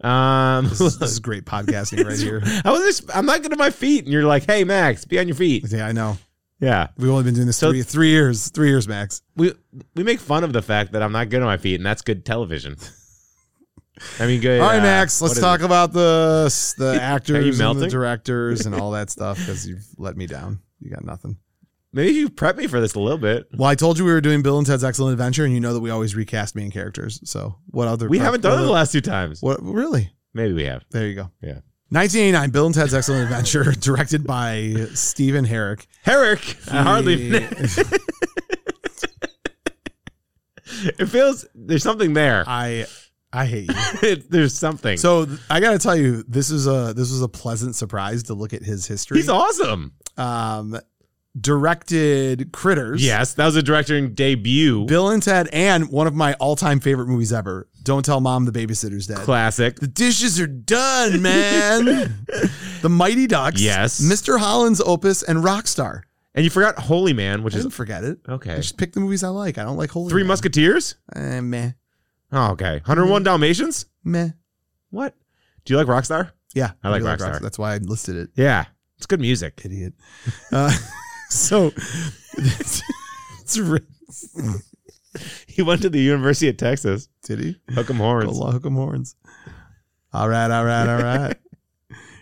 S1: Um,
S2: This is, this is great podcasting right here.
S1: I was just, I'm not good at my feet. And you're like, hey, Max, be on your feet.
S2: Yeah, I know.
S1: Yeah.
S2: We've only been doing this
S1: So-
S2: three, three years, three years max.
S1: We we make fun of the fact that I'm not good on my feet, and that's good television. I mean, good.
S2: All right,
S1: uh,
S2: Max, let's
S1: what is
S2: talk
S1: it?
S2: about the the actors and the
S1: melting?
S2: directors and all that stuff because you've let me down. You got nothing.
S1: Mm-hmm. Maybe you prep me for this a little bit.
S2: Well, I told you we were doing Bill and Ted's Excellent Adventure, and you know that we always recast main characters. So what other?
S1: We haven't done it the
S2: what
S1: last two times.
S2: other- What really?
S1: Maybe we have.
S2: There you go.
S1: Yeah.
S2: 1989, Bill and Ted's Excellent Adventure, directed by Stephen Herrick.
S1: Herrick, I hardly. it feels there's something there.
S2: I I hate you.
S1: there's something.
S2: So th- I got to tell you, this is a this was a pleasant surprise to look at his history.
S1: he's awesome.
S2: um, directed Critters.
S1: Yes, that was a directing debut.
S2: Bill and Ted, and one of my all-time favorite movies ever. Don't tell mom the babysitter's dead.
S1: Classic.
S2: the dishes are done, man. the Mighty Ducks.
S1: Yes.
S2: Mr. Holland's Opus and Rockstar.
S1: And you forgot Holy Man, which
S2: I
S1: is
S2: didn't forget it. I
S1: okay.
S2: just pick the movies I like. I don't like Holy
S1: Three
S2: Man.
S1: Musketeers.
S2: Eh, meh,
S1: Oh, okay. 101 Dalmatians.
S2: meh.
S1: What? Do you like Rockstar?
S2: Yeah,
S1: I like
S2: really
S1: Rockstar.
S2: That's why I listed it.
S1: Yeah, it's good music.
S2: Idiot. Uh, so it's, it's re-
S1: He went to the University of Texas.
S2: did he?
S1: Hook 'em horns.
S2: Hook 'em horns. All right, all right, all right.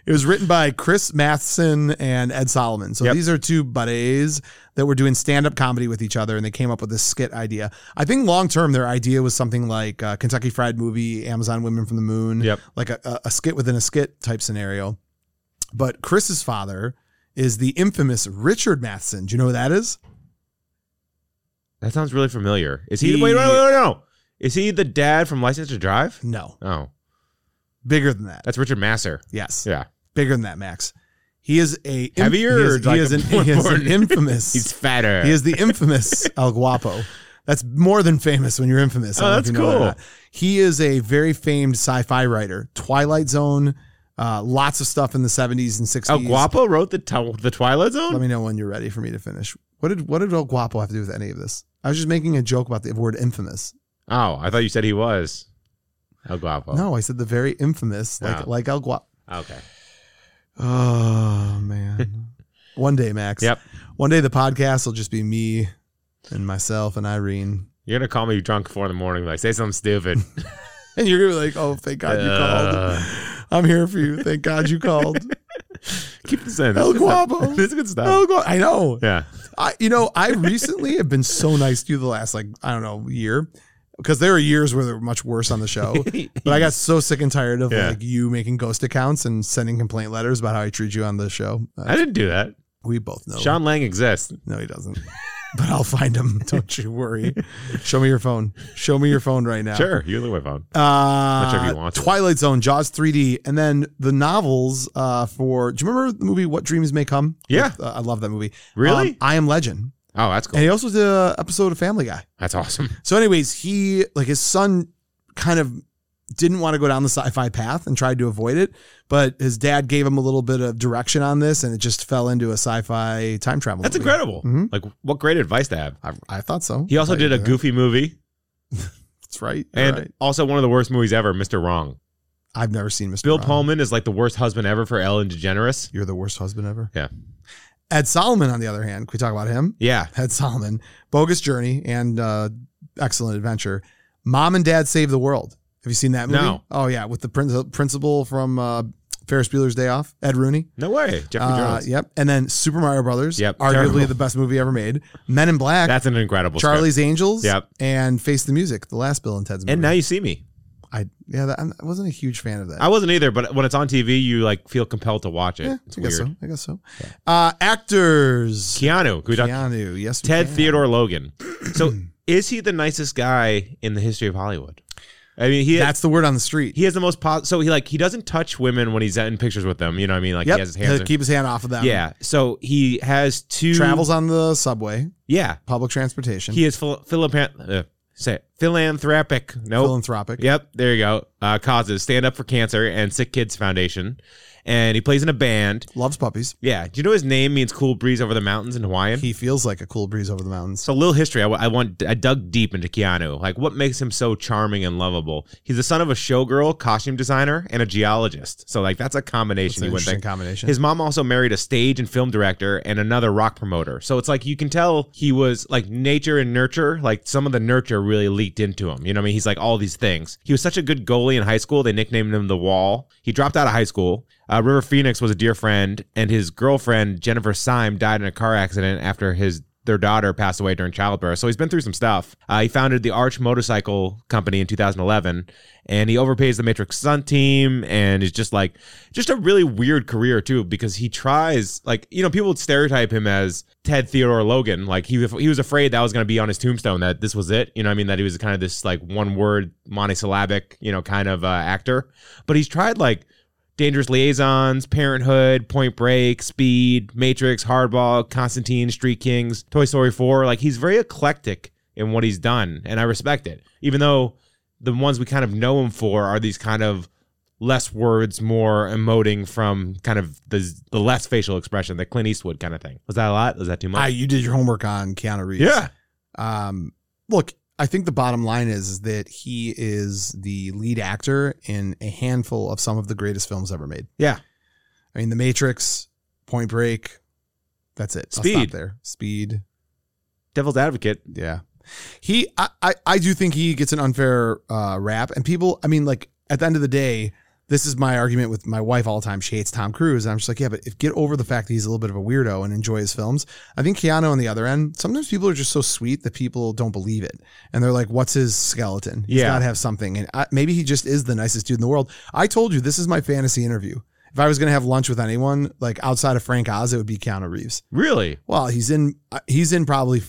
S2: it was written by Chris Matheson and Ed Solomon. So
S1: Yep.
S2: these are two buddies that were doing stand up comedy with each other, and they came up with this skit idea. I think long term, their idea was something like uh, Kentucky Fried Movie, Amazon Women from the Moon,
S1: Yep.
S2: like a, a, a skit within a skit type scenario. But Chris's father is the infamous Richard Matheson. Do you know who that is?
S1: That sounds really familiar. Is he?
S2: He-
S1: Wait, wait, wait, wait, no. Is he the dad from License to Drive?
S2: No,
S1: Oh,
S2: bigger than that.
S1: that's Richard Masser.
S2: Yes.
S1: Yeah,
S2: bigger than that, Max. He is a
S1: Heavier
S2: He
S1: or
S2: is, he
S1: like
S2: is
S1: a
S2: an,
S1: more
S2: he is an
S1: important?
S2: infamous.
S1: he's fatter.
S2: he is the infamous El Guapo. That's more than famous when you're infamous. I
S1: Oh,
S2: don't know if
S1: that's
S2: you know that or
S1: cool.
S2: not. He is a very famed sci-fi writer. Twilight Zone, uh, lots of stuff in the 70s and 60s.
S1: El Guapo wrote the tw- the Twilight Zone.
S2: Let me know when you're ready for me to finish. What did what did El Guapo have to do with any of this? I was just making a joke about the word infamous.
S1: oh, I thought you said he was El Guapo.
S2: No, I said the very infamous, like
S1: Oh.
S2: like El Guapo.
S1: Okay.
S2: Oh man. One day, Max.
S1: Yep.
S2: One day the podcast will just be me and myself and Irene.
S1: You're gonna call me drunk four in the morning. Like, say something stupid.
S2: And you're gonna be like, Oh, thank God you
S1: Uh.
S2: called. I'm here for you. Thank God you called.
S1: Keep this in. That's
S2: El
S1: good stuff.
S2: Guapo.
S1: This is good stuff.
S2: oh God. I know.
S1: yeah.
S2: I you know, I recently have been so nice to you the last like, I don't know, year. Because there are years where they were much worse on the show. but I got so sick and tired of
S1: Yeah.
S2: like you making ghost accounts and sending complaint letters about how I treat you on the show. Uh,
S1: I didn't do that.
S2: we both know.
S1: Sean Lang exists.
S2: No, he doesn't. But I'll find him. Don't you worry. Show me your phone. Show me your phone right now.
S1: Sure, you can look at my phone.
S2: Uh,
S1: sure if you want to.
S2: Twilight Zone, Jaws 3D, and then the novels uh, for. Do you remember the movie What Dreams May Come?
S1: Yeah.
S2: Uh, I love that movie.
S1: Really?
S2: Um, I Am Legend.
S1: oh, that's cool.
S2: And he also did an episode of Family Guy.
S1: That's awesome.
S2: So, anyways, he like his son kind of didn't want to go down the sci-fi path and tried to avoid it, but his dad gave him a little bit of direction on this, and it just fell into a sci-fi time travel.
S1: That's
S2: movie.
S1: incredible.
S2: Mhm.
S1: Like, what great advice to have.
S2: I, I thought so.
S1: He also
S2: Thought you
S1: did a
S2: that.
S1: goofy movie
S2: That's right. You're
S1: and
S2: right.
S1: also one of the worst movies ever, Mr. Wrong.
S2: I've never seen Mr.
S1: Bill
S2: Brown.
S1: Pullman is like the worst husband ever for Ellen DeGeneres.
S2: You're the worst husband ever.
S1: Yeah.
S2: Ed Solomon, on the other hand, can we talk about him?
S1: Yeah.
S2: Ed Solomon, Bogus Journey and uh, Excellent Adventure. Mom and Dad Save the World. Have you seen that movie?
S1: No.
S2: Oh, yeah. With the prin- principal from uh, Ferris Bueller's Day Off, Ed Rooney.
S1: No way. Jeffrey
S2: Uh,
S1: Jones.
S2: yep. And then Super Mario Brothers.
S1: Yep.
S2: Arguably
S1: Terrible.
S2: the best movie ever made. Men in Black.
S1: That's an incredible script.
S2: Charlie's Angels.
S1: Yep.
S2: And Face the Music, the last Bill and Ted's movie.
S1: And now you see me.
S2: I, yeah, that, I wasn't a huge fan of that.
S1: I wasn't either, but when it's on TV, you like feel compelled to watch it.
S2: Yeah,
S1: it's
S2: I
S1: weird.
S2: guess so. I guess so. Uh, actors.
S1: Keanu. Can we talk-
S2: Keanu. Yes. we
S1: Ted
S2: can.
S1: Theodore Logan. So is he the nicest guy in the history of Hollywood? I mean, he
S2: That's the word on the street.
S1: he has the most pos- so he like he doesn't touch women when he's in pictures with them. You know what I mean? Like
S2: yep.
S1: he has his hands.
S2: to
S1: in-
S2: keep his hand off of them.
S1: yeah. So he has two
S2: Travels on the subway,
S1: Yeah.
S2: public transportation.
S1: He is phil- philanthrop- uh, say it. philanthropic. No.
S2: philanthropic.
S1: Yep, there you go. Uh, causes Stand Up for Cancer and Sick Kids Foundation. and he plays in a band.
S2: Loves puppies.
S1: Yeah. Do you know his name means cool breeze over the mountains in Hawaiian?
S2: He feels like a cool breeze over the mountains.
S1: So, a little history. I, I want. I dug deep into Keanu. Like, what makes him so charming and lovable? He's the son of a showgirl, costume designer, and a geologist. So, like, that's a combination.
S2: It's an
S1: you wouldn't
S2: interesting
S1: think.
S2: combination.
S1: His mom also married a stage and film director and another rock promoter. So it's like you can tell he was like nature and nurture. Like some of the nurture really leaked into him. You know what I mean? He's like all these things. He was such a good goalie in high school. They nicknamed him the Wall. He dropped out of high school. Uh, River Phoenix was a dear friend, and his girlfriend Jennifer Syme died in a car accident after his their daughter passed away during childbirth. So he's been through some stuff. Uh, he founded the Arch Motorcycle Company in 2011, and he overpays the Matrix Sun team, and is just like just a really weird career too because he tries like you know people would stereotype him as Ted Theodore Logan. Like he he was afraid that was going to be on his tombstone that this was it. You know what I mean that he was kind of this like one word monosyllabic you know kind of uh, actor, but he's tried like. Dangerous Liaisons, Parenthood, Point Break, Speed, Matrix, Hardball, Constantine, Street Kings, Toy Story 4. Like he's very eclectic in what he's done, and I respect it. Even though the ones we kind of know him for are these kind of less words, more emoting from kind of the the less facial expression, the Clint Eastwood kind of thing. Was that a lot? Was that too much?
S2: Ah, you did your homework on Keanu Reeves.
S1: yeah.
S2: Um, look, I think the bottom line is, is that he is the lead actor in a handful of some of the greatest films ever made.
S1: Yeah.
S2: I mean, The Matrix, Point Break. That's it. I'll stop
S1: Speed.
S2: there. Speed.
S1: Devil's Advocate.
S2: Yeah. He I, I I do think he gets an unfair uh rap and people I mean like at the end of the day this is my argument with my wife all the time. She hates Tom Cruise. And I'm just like, yeah, but if get over the fact that he's a little bit of a weirdo and enjoy his films. I think Keanu on the other end, sometimes people are just so sweet that people don't believe it. And they're like, what's his skeleton? He's
S1: Yeah.
S2: got to have something. And I, maybe he just is the nicest dude in the world. I told you, this is my fantasy interview. If I was going to have lunch with anyone, like outside of Frank Oz, it would be Keanu Reeves.
S1: Really?
S2: Well, he's in. uh, He's in probably.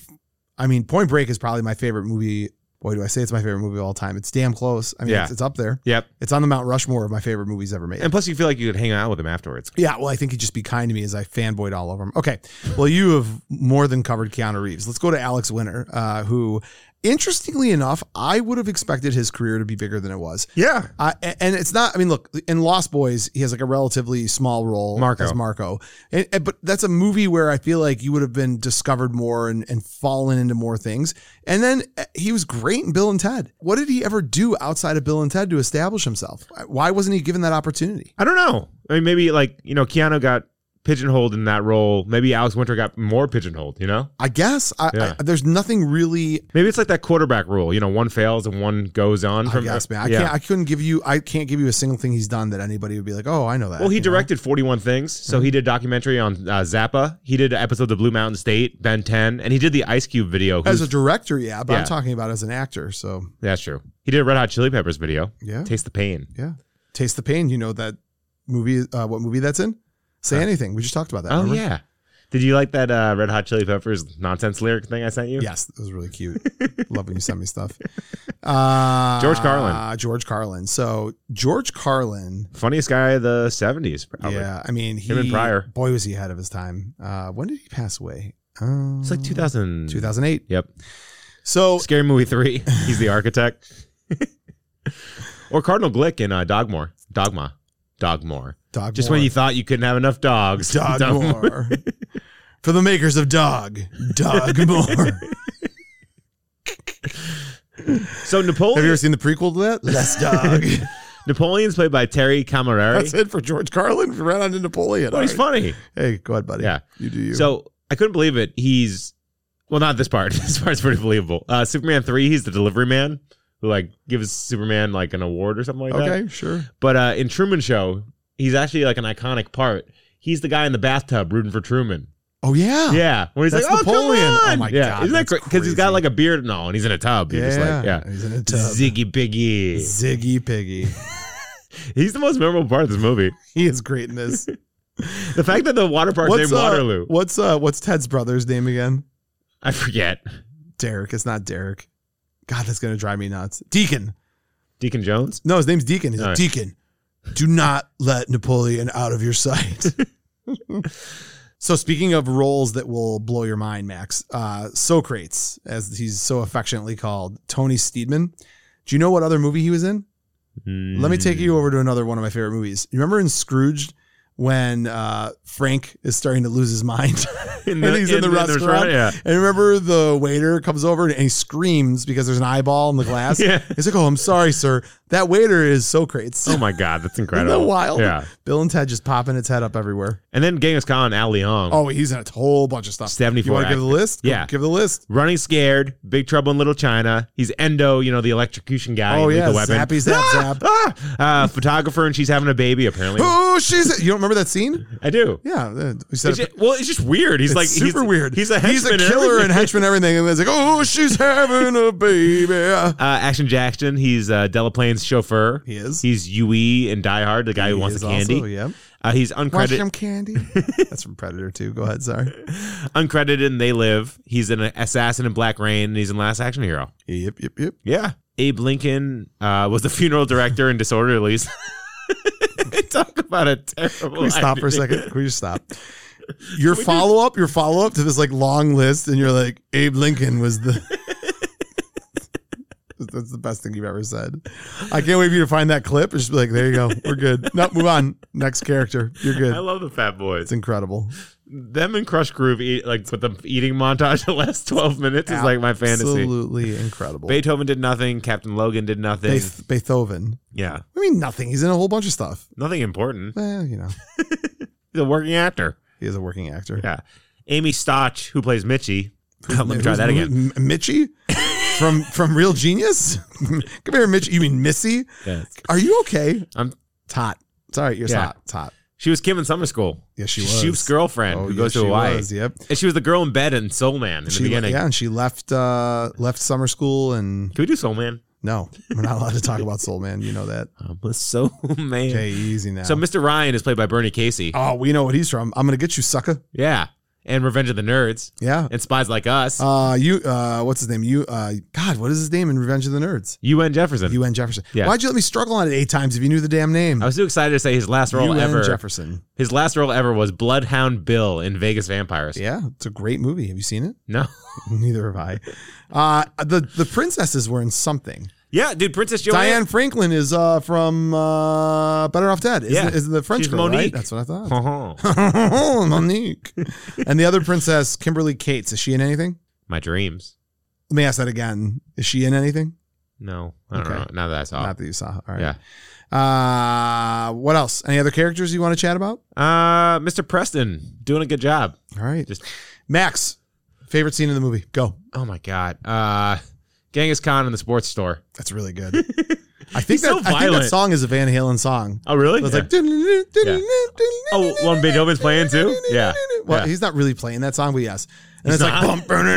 S2: I mean, Point Break is probably my favorite movie. Boy, do I say it's my favorite movie of all time. It's damn close. I mean,
S1: Yeah.
S2: it's, it's up there.
S1: Yep.
S2: It's on the Mount Rushmore of my favorite movies ever made.
S1: And plus, you feel like you could hang out with him afterwards.
S2: yeah, well, I think he'd just be kind to me as I fanboyed all over him. Okay, well, you have more than covered Keanu Reeves. Let's go to Alex Winter, uh, who, interestingly enough, I would have expected his career to be bigger than it was.
S1: Yeah.
S2: Uh, a- and it's not. I mean, look in Lost Boys, he has like a relatively small role
S1: Marco.
S2: as Marco, and, and- but that's a movie where I feel like you would have been discovered more and and fallen into more things. And then uh, he was great in Bill and Ted. What did he ever do outside of Bill and Ted to establish himself? Why wasn't he given that opportunity?
S1: I don't know. I mean, maybe like you know, Keanu got pigeonholed in that role. Maybe Alex Winter got more pigeonholed. You know,
S2: I guess I,
S1: Yeah.
S2: I, there's nothing really.
S1: maybe it's like that quarterback rule. You know, one fails and one goes on.
S2: I
S1: From
S2: guess, man. I
S1: Yeah.
S2: can't. I couldn't give you. I can't give you a single thing he's done that anybody would be like, oh, I know that.
S1: Well, he
S2: you know? Mm-hmm.
S1: directed 41 things. So he did documentary on uh, Zappa. He did episodes of Blue Mountain State, Ben 10, and he did the Ice Cube video.
S2: as
S1: who's-
S2: a director, yeah, but
S1: Yeah.
S2: I'm talking about as an actor. So
S1: that's true. He did a Red Hot Chili Peppers video.
S2: yeah.
S1: Taste the pain.
S2: Yeah. Taste the Pain. You know that movie, uh, what movie that's in? Say anything. We just talked about that.
S1: Oh
S2: remember?
S1: yeah. Did you like that uh, Red Hot Chili Peppers nonsense lyric thing I sent you?
S2: Yes, it was really cute. Love when you send me stuff. Uh,
S1: George Carlin.
S2: Uh, George Carlin. So George Carlin.
S1: Funniest guy of the 70s. Probably.
S2: Yeah, I mean, he,
S1: Him and Pryor.
S2: boy, was he ahead of his time. Uh, when did he pass away? Um,
S1: It's like 2000.
S2: 2008.
S1: Yep.
S2: So
S1: Scary Movie 3. He's the architect. or Cardinal Glick in uh, Dogmore. Dogma. Dogmore.
S2: Dog
S1: Just when you thought you couldn't have enough dogs.
S2: Dog more. For the makers of Dog, Dog more.
S1: So Napoleon.
S2: Have you ever seen the prequel to that? Less Dog.
S1: Napoleon's played by Terry Camerari.
S2: That's it for George Carlin. We ran on to Napoleon.
S1: But he's
S2: All right.
S1: funny.
S2: Hey, go ahead, buddy.
S1: Yeah.
S2: You do you.
S1: So I couldn't believe it. He's well, not this part. This part's pretty believable. Uh, Superman three. He's the delivery man who like gives Superman like an award or something like that.
S2: okay, sure.
S1: But uh, in Truman Show, he's actually like an iconic part. He's the guy in the bathtub rooting for Truman.
S2: Oh yeah.
S1: Yeah, when he's
S2: That's
S1: like, "Oh,
S2: Napoleon."
S1: Napoleon!"
S2: Oh, my
S1: yeah.
S2: God,
S1: Isn't that
S2: that's
S1: Because he's got
S2: crazy.
S1: like a beard and all, and he's in a tub. You're just like, yeah.
S2: He's in a tub.
S1: Ziggy Biggie.
S2: Ziggy Piggy.
S1: He's the most memorable part of this movie.
S2: he is great in this.
S1: The fact that the water park's named
S2: what's uh,
S1: Waterloo.
S2: What's uh what's Ted's brother's name again?
S1: I forget.
S2: Derek. It's not Derek. God, that's gonna drive me nuts. Deacon.
S1: Deacon Jones?
S2: No, his name's Deacon. He's
S1: All
S2: like,
S1: right.
S2: Deacon. Do not let Napoleon out of your sight. so speaking of roles that will blow your mind, Max, uh Socrates, as he's so affectionately called, Tony Steedman. Do you know
S1: Mm.
S2: what other movie he was in? Let me take you over to another one of my favorite movies. You remember in Scrooge when uh, Frank is starting to lose his mind.
S1: In
S2: and
S1: the-
S2: he's in,
S1: in- in the
S2: the restaurant.
S1: restaurant, yeah.
S2: And remember the waiter comes over and he screams because there's an eyeball in the glass.
S1: Yeah.
S2: He's like, "Oh, I'm sorry, sir. That waiter is so great. It's
S1: Oh my god, that's
S2: isn't
S1: incredible.
S2: that wild.
S1: Yeah.
S2: Bill and Ted just popping its head up everywhere.
S1: And then Genghis Khan, Al Leong.
S2: Oh, he's in a whole bunch of stuff.
S1: 74
S2: You want to give
S1: actors.
S2: the list? Go-
S1: Yeah.
S2: give the list.
S1: Running Scared, Big Trouble in Little China. He's Endo, you know, the electrocution guy.
S2: oh
S1: in
S2: yeah,
S1: Lethal Weapon.
S2: zappy zap zap.
S1: Ah! Uh, photographer, and she's having a baby, apparently.
S2: Oh, she's. You don't remember that scene?
S1: I do.
S2: Yeah, uh, we
S1: It's
S2: said
S1: ju- well, it's just weird. He's
S2: It's
S1: like
S2: super
S1: he's,
S2: weird.
S1: He's a henchman
S2: killer and
S1: everything.
S2: henchman and everything. And it's like, oh, she's having a baby.
S1: Uh, Action Jackson. He's uh, Delaplane's chauffeur.
S2: He is.
S1: He's Yui in Die Hard, the guy who wants
S2: is
S1: the candy.
S2: Also, yeah.
S1: uh, he's
S2: Want
S1: uncredited,
S2: some candy? That's from Predator 2. Go ahead, sorry.
S1: uncredited, and They Live. He's an assassin in Black Rain, and he's in Last Action Hero.
S2: Yep, yep, yep.
S1: Yeah. Abe Lincoln uh, was the funeral director in Disorderlies. Talk about a terrible.
S2: Can we stop for a
S1: idea.
S2: second? Can we just stop? Your follow up, your follow up to this like long list, and you're like, Abe Lincoln was the. That's the best thing you've ever said. I can't wait for you to find that clip and just be like, there you go. We're good. No, move on. Next character. You're
S1: I
S2: good.
S1: love the Fat Boys.
S2: It's incredible.
S1: Them and Crush Groove, eat, like with the eating montage, the last twelve minutes is like my fantasy.
S2: Absolutely incredible.
S1: Beethoven did nothing. Captain Logan did nothing.
S2: Beth- Beethoven.
S1: yeah,
S2: I mean, nothing. He's in a whole bunch of stuff.
S1: nothing important.
S2: Eh, you know,
S1: He's a working actor.
S2: he is a working actor.
S1: Yeah. Amy Stotch, who plays Mitchie. Let me try
S2: Who's
S1: that
S2: Mo-
S1: again.
S2: M- Mitchie from from Real Genius. Come here, Mitch. You mean Missy? Are you okay?
S1: I'm-
S2: It's hot. It's all right. You're
S1: Yeah.
S2: hot. It's hot.
S1: She was Kim in summer school.
S2: Yes, she
S1: She's Shoop's
S2: was.
S1: girlfriend who
S2: Oh, yeah,
S1: goes to
S2: she
S1: Hawaii.
S2: was, yep.
S1: And she was the girl in bed in Soul Man in
S2: She,
S1: the beginning.
S2: yeah, and she left uh left summer school and
S1: Can we do Soul Man?
S2: no, we're not allowed to talk about Soul Man. You know that.
S1: I'm a Um, Soul Man.
S2: Okay, easy now.
S1: So Mr. Ryan is played by Bernie Casey.
S2: oh, we know what he's from. I'm gonna get you, sucker.
S1: Yeah. And Revenge of the Nerds.
S2: Yeah.
S1: And Spies Like Us.
S2: Uh, you. Uh, what's his name? You. Uh, God, what is his name in Revenge of the Nerds?
S1: UN Jefferson.
S2: U.N. Jefferson.
S1: Yeah.
S2: Why'd you let me struggle on it eight times if you knew the damn name?
S1: I was too excited to say his last role
S2: U.N.
S1: ever.
S2: Jefferson.
S1: His last role ever was Bloodhound Bill in Vegas Vampires.
S2: Yeah, it's a great movie. Have you seen it?
S1: No.
S2: Neither have I. Uh, the the princesses were in something.
S1: Yeah, dude, Princess Joanne.
S2: Diane Franklin is uh, from uh, Better Off Dead. Isn't,
S1: Yeah.
S2: isn't the French
S1: She's
S2: girl, right?
S1: Monique.
S2: That's what I thought.
S1: Uh-huh.
S2: Monique. and the other princess, Kimberly Cates. Is she in anything?
S1: My dreams.
S2: Let me ask that again. Is she in anything?
S1: No, I don't
S2: Okay.
S1: know. Now that I saw,
S2: Not that you saw. All right.
S1: Oh. yeah.
S2: Uh, what else? Any other characters you want to chat about?
S1: Uh, Mr. Preston doing a good job.
S2: All right.
S1: Just-
S2: Max, favorite scene in the movie? Go.
S1: Oh my god. Uh, Genghis Khan in the sports store.
S2: That's really good. I think
S1: He's
S2: that
S1: so
S2: I think that
S1: violent.
S2: song is a Van Halen song.
S1: Oh really?
S2: It's like oh,
S1: oh, one Beethoven's playing too. Yeah.
S2: Well,
S1: Yeah.
S2: he's not really playing that song, but yes. And it's
S1: not?
S2: like bum.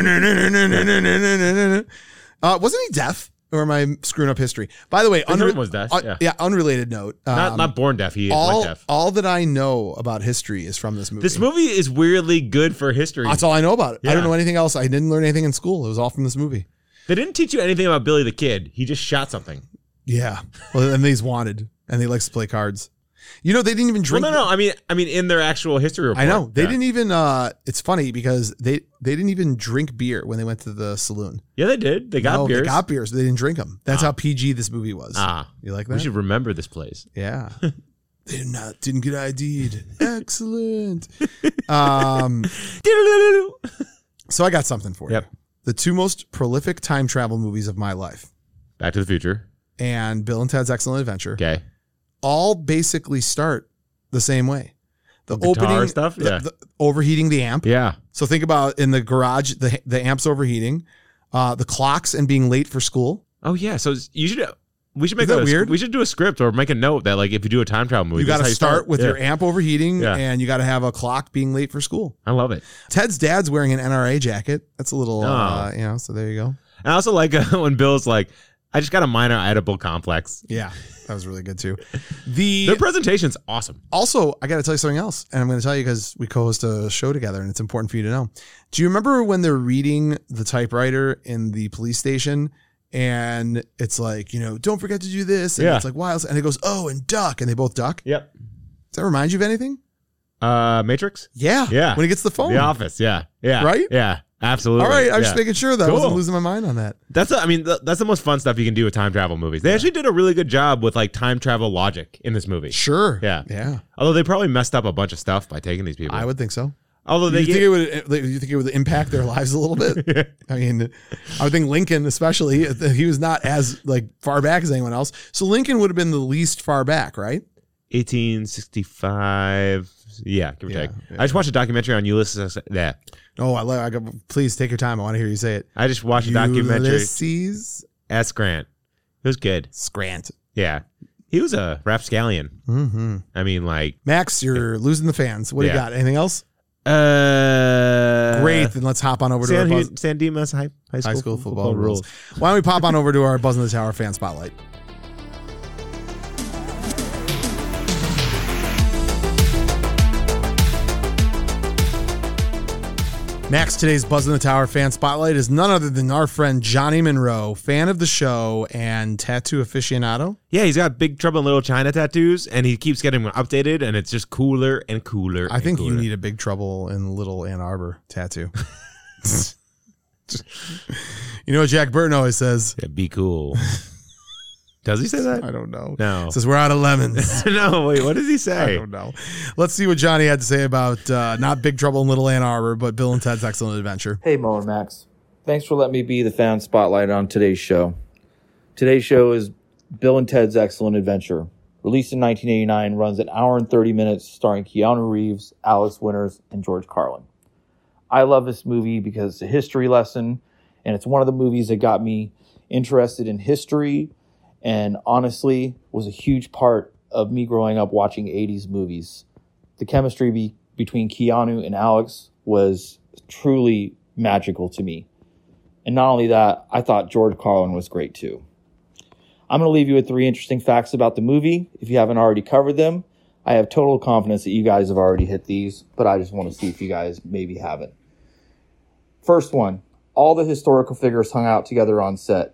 S2: uh, wasn't he deaf? Or am I screwing up history? By the way,
S1: Beethoven was deaf,
S2: uh,
S1: yeah.
S2: unrelated note. Um,
S1: not not born deaf. He
S2: all
S1: went deaf.
S2: all that I know about history is from this movie.
S1: This movie is weirdly good for history.
S2: That's all I know about it. I
S1: Yeah.
S2: don't know anything else. I didn't learn anything in school. It was all from this movie.
S1: They didn't teach you anything about Billy the Kid. He just shot something.
S2: Yeah. Well, and he's wanted, and he likes to play cards. You know, they didn't even
S1: Well,
S2: drink.
S1: no, no. I mean, I mean, in their actual history report.
S2: I know they
S1: Yeah.
S2: didn't even. uh It's funny because they they didn't even drink beer when they went to the saloon.
S1: Yeah, they did. They got
S2: no,
S1: beers.
S2: they got beers. But they didn't drink them. That's how PG this movie was.
S1: ah,
S2: you like
S1: we
S2: that?
S1: should remember this place.
S2: yeah. they did not didn't get ID'd. Excellent. um. So I got something for
S1: Yep.
S2: you. The two most prolific time travel movies of my life,
S1: Back to the Future.
S2: and Bill and Ted's Excellent Adventure,
S1: Okay.
S2: all basically start the same way. The
S1: Guitar
S2: opening
S1: stuff?
S2: the-
S1: Yeah.
S2: the overheating the amp.
S1: Yeah.
S2: So think about in the garage, the the amps overheating, uh, the clocks and being late for school.
S1: Oh yeah, so it's- you should. We should make
S2: that
S1: a,
S2: weird?
S1: We should do a script or make a note that like if you do a time travel movie,
S2: You got to
S1: this is
S2: start,
S1: how
S2: with
S1: Yeah.
S2: your amp overheating,
S1: Yeah.
S2: and you got to have a clock being late for school.
S1: I love it.
S2: Ted's dad's wearing an NRA jacket. That's a little,
S1: Oh.
S2: uh, you know. So there you go.
S1: And I also like uh, when Bill's like, "I just got a minor edible complex."
S2: Yeah, that was really good too. The
S1: Their presentation's awesome.
S2: also, I got to tell you something else, and I'm going to tell you because we co-host a show together, and it's important for you to know. Do you remember when they're reading the typewriter in the police station, and it's like, you know, don't forget to do this, and
S1: Yeah.
S2: it's like wild, and it goes, oh, and duck, and they both duck.
S1: Yep.
S2: Does that remind you of anything?
S1: Uh, Matrix,
S2: Yeah,
S1: Yeah.
S2: When he gets the phone,
S1: The Office, yeah, yeah,
S2: Oh. Right?
S1: yeah. Absolutely.
S2: All right, I'm just
S1: Yeah.
S2: making sure that I wasn't
S1: Cool.
S2: losing my mind on that.
S1: That's a, I mean th- that's the most fun stuff you can do with time travel movies. They actually did a really good job with like time travel logic in this movie.
S2: Sure.
S1: Yeah.
S2: Yeah.
S1: Although they probably messed up a bunch of stuff by taking these people.
S2: I would think so.
S1: Although
S2: Do
S1: they
S2: you
S1: gave,
S2: think it would? You think it would impact their lives a little bit? I mean, I would think Lincoln, especially, he was not as like far back as anyone else. So Lincoln would have been the least far back, right?
S1: 1865. Yeah, give or
S2: Yeah,
S1: take. I just watched a documentary on Ulysses. Yeah,
S2: Oh, I love. I go, please take your time. I want to hear you say it.
S1: I just watched a documentary.
S2: Ulysses
S1: S. Grant. It was good.
S2: Scrant.
S1: Yeah, he was a rapscallion.
S2: Mm-hmm.
S1: I mean, like,
S2: Max, you're losing the fans. What do you
S1: Yeah.
S2: got? Anything else?
S1: uh,
S2: Great. then let's hop on over to our
S1: San,
S2: buzz-
S1: San Dimas High, High School,
S2: high school football, rules. Why don't we pop on over to our Buzz in the Tower fan spotlight? Max, today's Buzz in the Tower fan spotlight is none other than our friend Johnny Monroe, fan of the show and tattoo aficionado.
S1: Yeah, he's got Big Trouble in Little China tattoos, and he keeps getting them updated, and it's just cooler and cooler.
S2: I
S1: and
S2: think you
S1: cooler.
S2: need a big trouble in Little Ann Arbor tattoo. you know what Jack Burton always says?
S1: Yeah, be cool. Does he say that?
S2: I don't know.
S1: No.
S2: Says we're out of lemons.
S1: no, wait, what does he
S2: I
S1: say?
S2: don't know. Let's see what Johnny had to say about uh, not Big Trouble in Little Ann Arbor, but Bill and Ted's Excellent Adventure.
S4: Hey, Mo and Max. Thanks for letting me be the fan spotlight on today's show. Today's show is Bill and Ted's Excellent Adventure. Released in 1989, runs an hour and 30 minutes, starring Keanu Reeves, Alex Winters, and George Carlin. I love this movie because it's a history lesson, and it's one of the movies that got me interested in history and honestly was a huge part of me growing up watching 80s movies the chemistry be- between Keanu and Alex was truly magical to me. And not only that, I thought George Carlin was great too. I'm going to leave you with three interesting facts about the movie. If you haven't already covered them, I have total confidence that you guys have already hit these, but I just want to see if you guys maybe haven't. First one all the historical figures hung out together on set.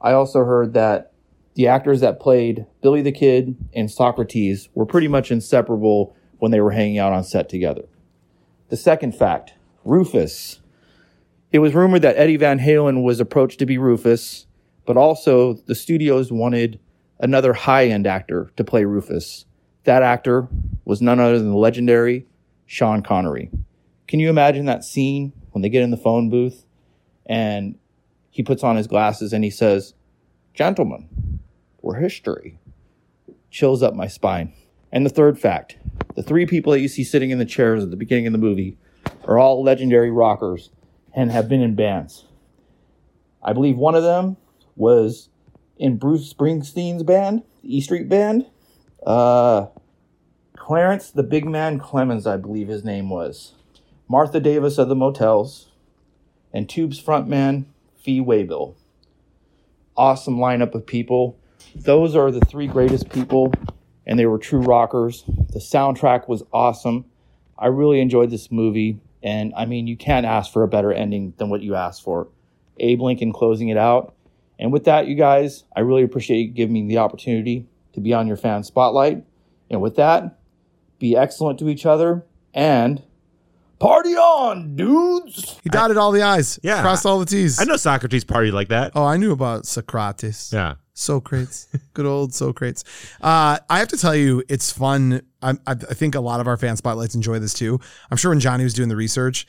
S4: I also heard that the actors that played Billy the Kid and Socrates were pretty much inseparable when they were hanging out on set together. The second fact Rufus. It was rumored that Eddie Van Halen was approached to be Rufus, but also the studios wanted another high end actor to play Rufus. That actor was none other than the legendary Sean Connery. Can you imagine that scene when they get in the phone booth and he puts on his glasses and he says, Gentlemen, were history. Chills up my spine. And the third fact the three people that you see sitting in the chairs at the beginning of the movie are all legendary rockers and have been in bands. I believe one of them was in Bruce Springsteen's band, the E Street Band. Uh, Clarence the Big Man Clemens, I believe his name was. Martha Davis of the Motels. And Tube's frontman, Fee Waybill. Awesome lineup of people those are the three greatest people, and they were true rockers. The soundtrack was awesome. I really enjoyed this movie, and I mean, you can't ask for a better ending than what you asked for. Abe Lincoln closing it out. And with that, you guys, I really appreciate you giving me the opportunity to be on your fan spotlight. And with that, be excellent to each other and party on, dudes!
S2: He dotted all the I's,
S1: Yeah.
S2: crossed all the T's.
S1: I know Socrates partied like that.
S2: Oh, I knew about Socrates.
S1: Yeah.
S2: Socrates, good old Socrates. Uh, I have to tell you, it's fun. I, I, I think a lot of our fan spotlights enjoy this too. I'm sure when Johnny was doing the research,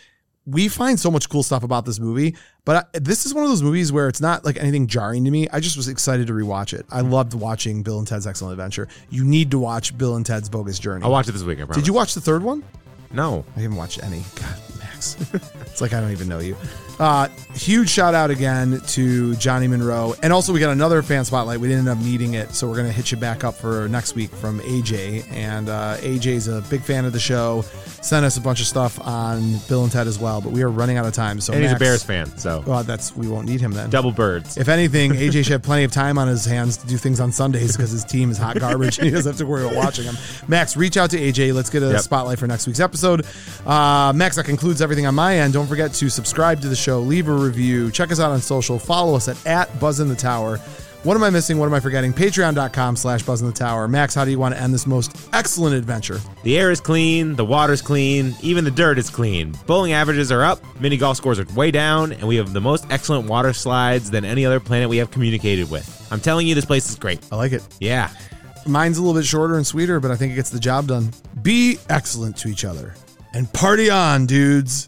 S2: we find so much cool stuff about this movie. But I, this is one of those movies where it's not like anything jarring to me. I just was excited to rewatch it. I loved watching Bill and Ted's Excellent Adventure. You need to watch Bill and Ted's Bogus Journey.
S1: I'll watch it this week. I promise.
S2: Did you watch the third one?
S1: No.
S2: I haven't watched any. God, Max. it's like I don't even know you. Uh, huge shout out again to Johnny Monroe. And also, we got another fan spotlight. We didn't end up needing it. So, we're going to hit you back up for next week from AJ. And uh, AJ's a big fan of the show. Sent us a bunch of stuff on Bill and Ted as well. But we are running out of time. So,
S1: And he's a
S2: Max-
S1: Bears fan, so
S2: Well, that's we won't need him then.
S1: double birds.
S2: If anything, AJ should have plenty of time on his hands to do things on Sundays because his team is hot garbage and he doesn't have to worry about watching them. Max, reach out to AJ. Let's get a
S1: Yep.
S2: spotlight for next week's episode. Uh, Max, that concludes everything on my end. Don't forget to subscribe to the show, leave a review, check us out on social, follow us at, at Buzz in the Tower. What am I missing? What am I forgetting? Patreon.com slash Buzz in the Tower. Max, how do you want to end this most excellent adventure?
S1: The air is clean, the water's clean, even the dirt is clean. Bowling averages are up, mini golf scores are way down, and we have the most excellent water slides than any other planet we have communicated with. I'm telling you, this place is great.
S2: I like it.
S1: Yeah.
S2: Mine's a little bit shorter and sweeter, but I think it gets the job done. Be excellent to each other and party on, dudes.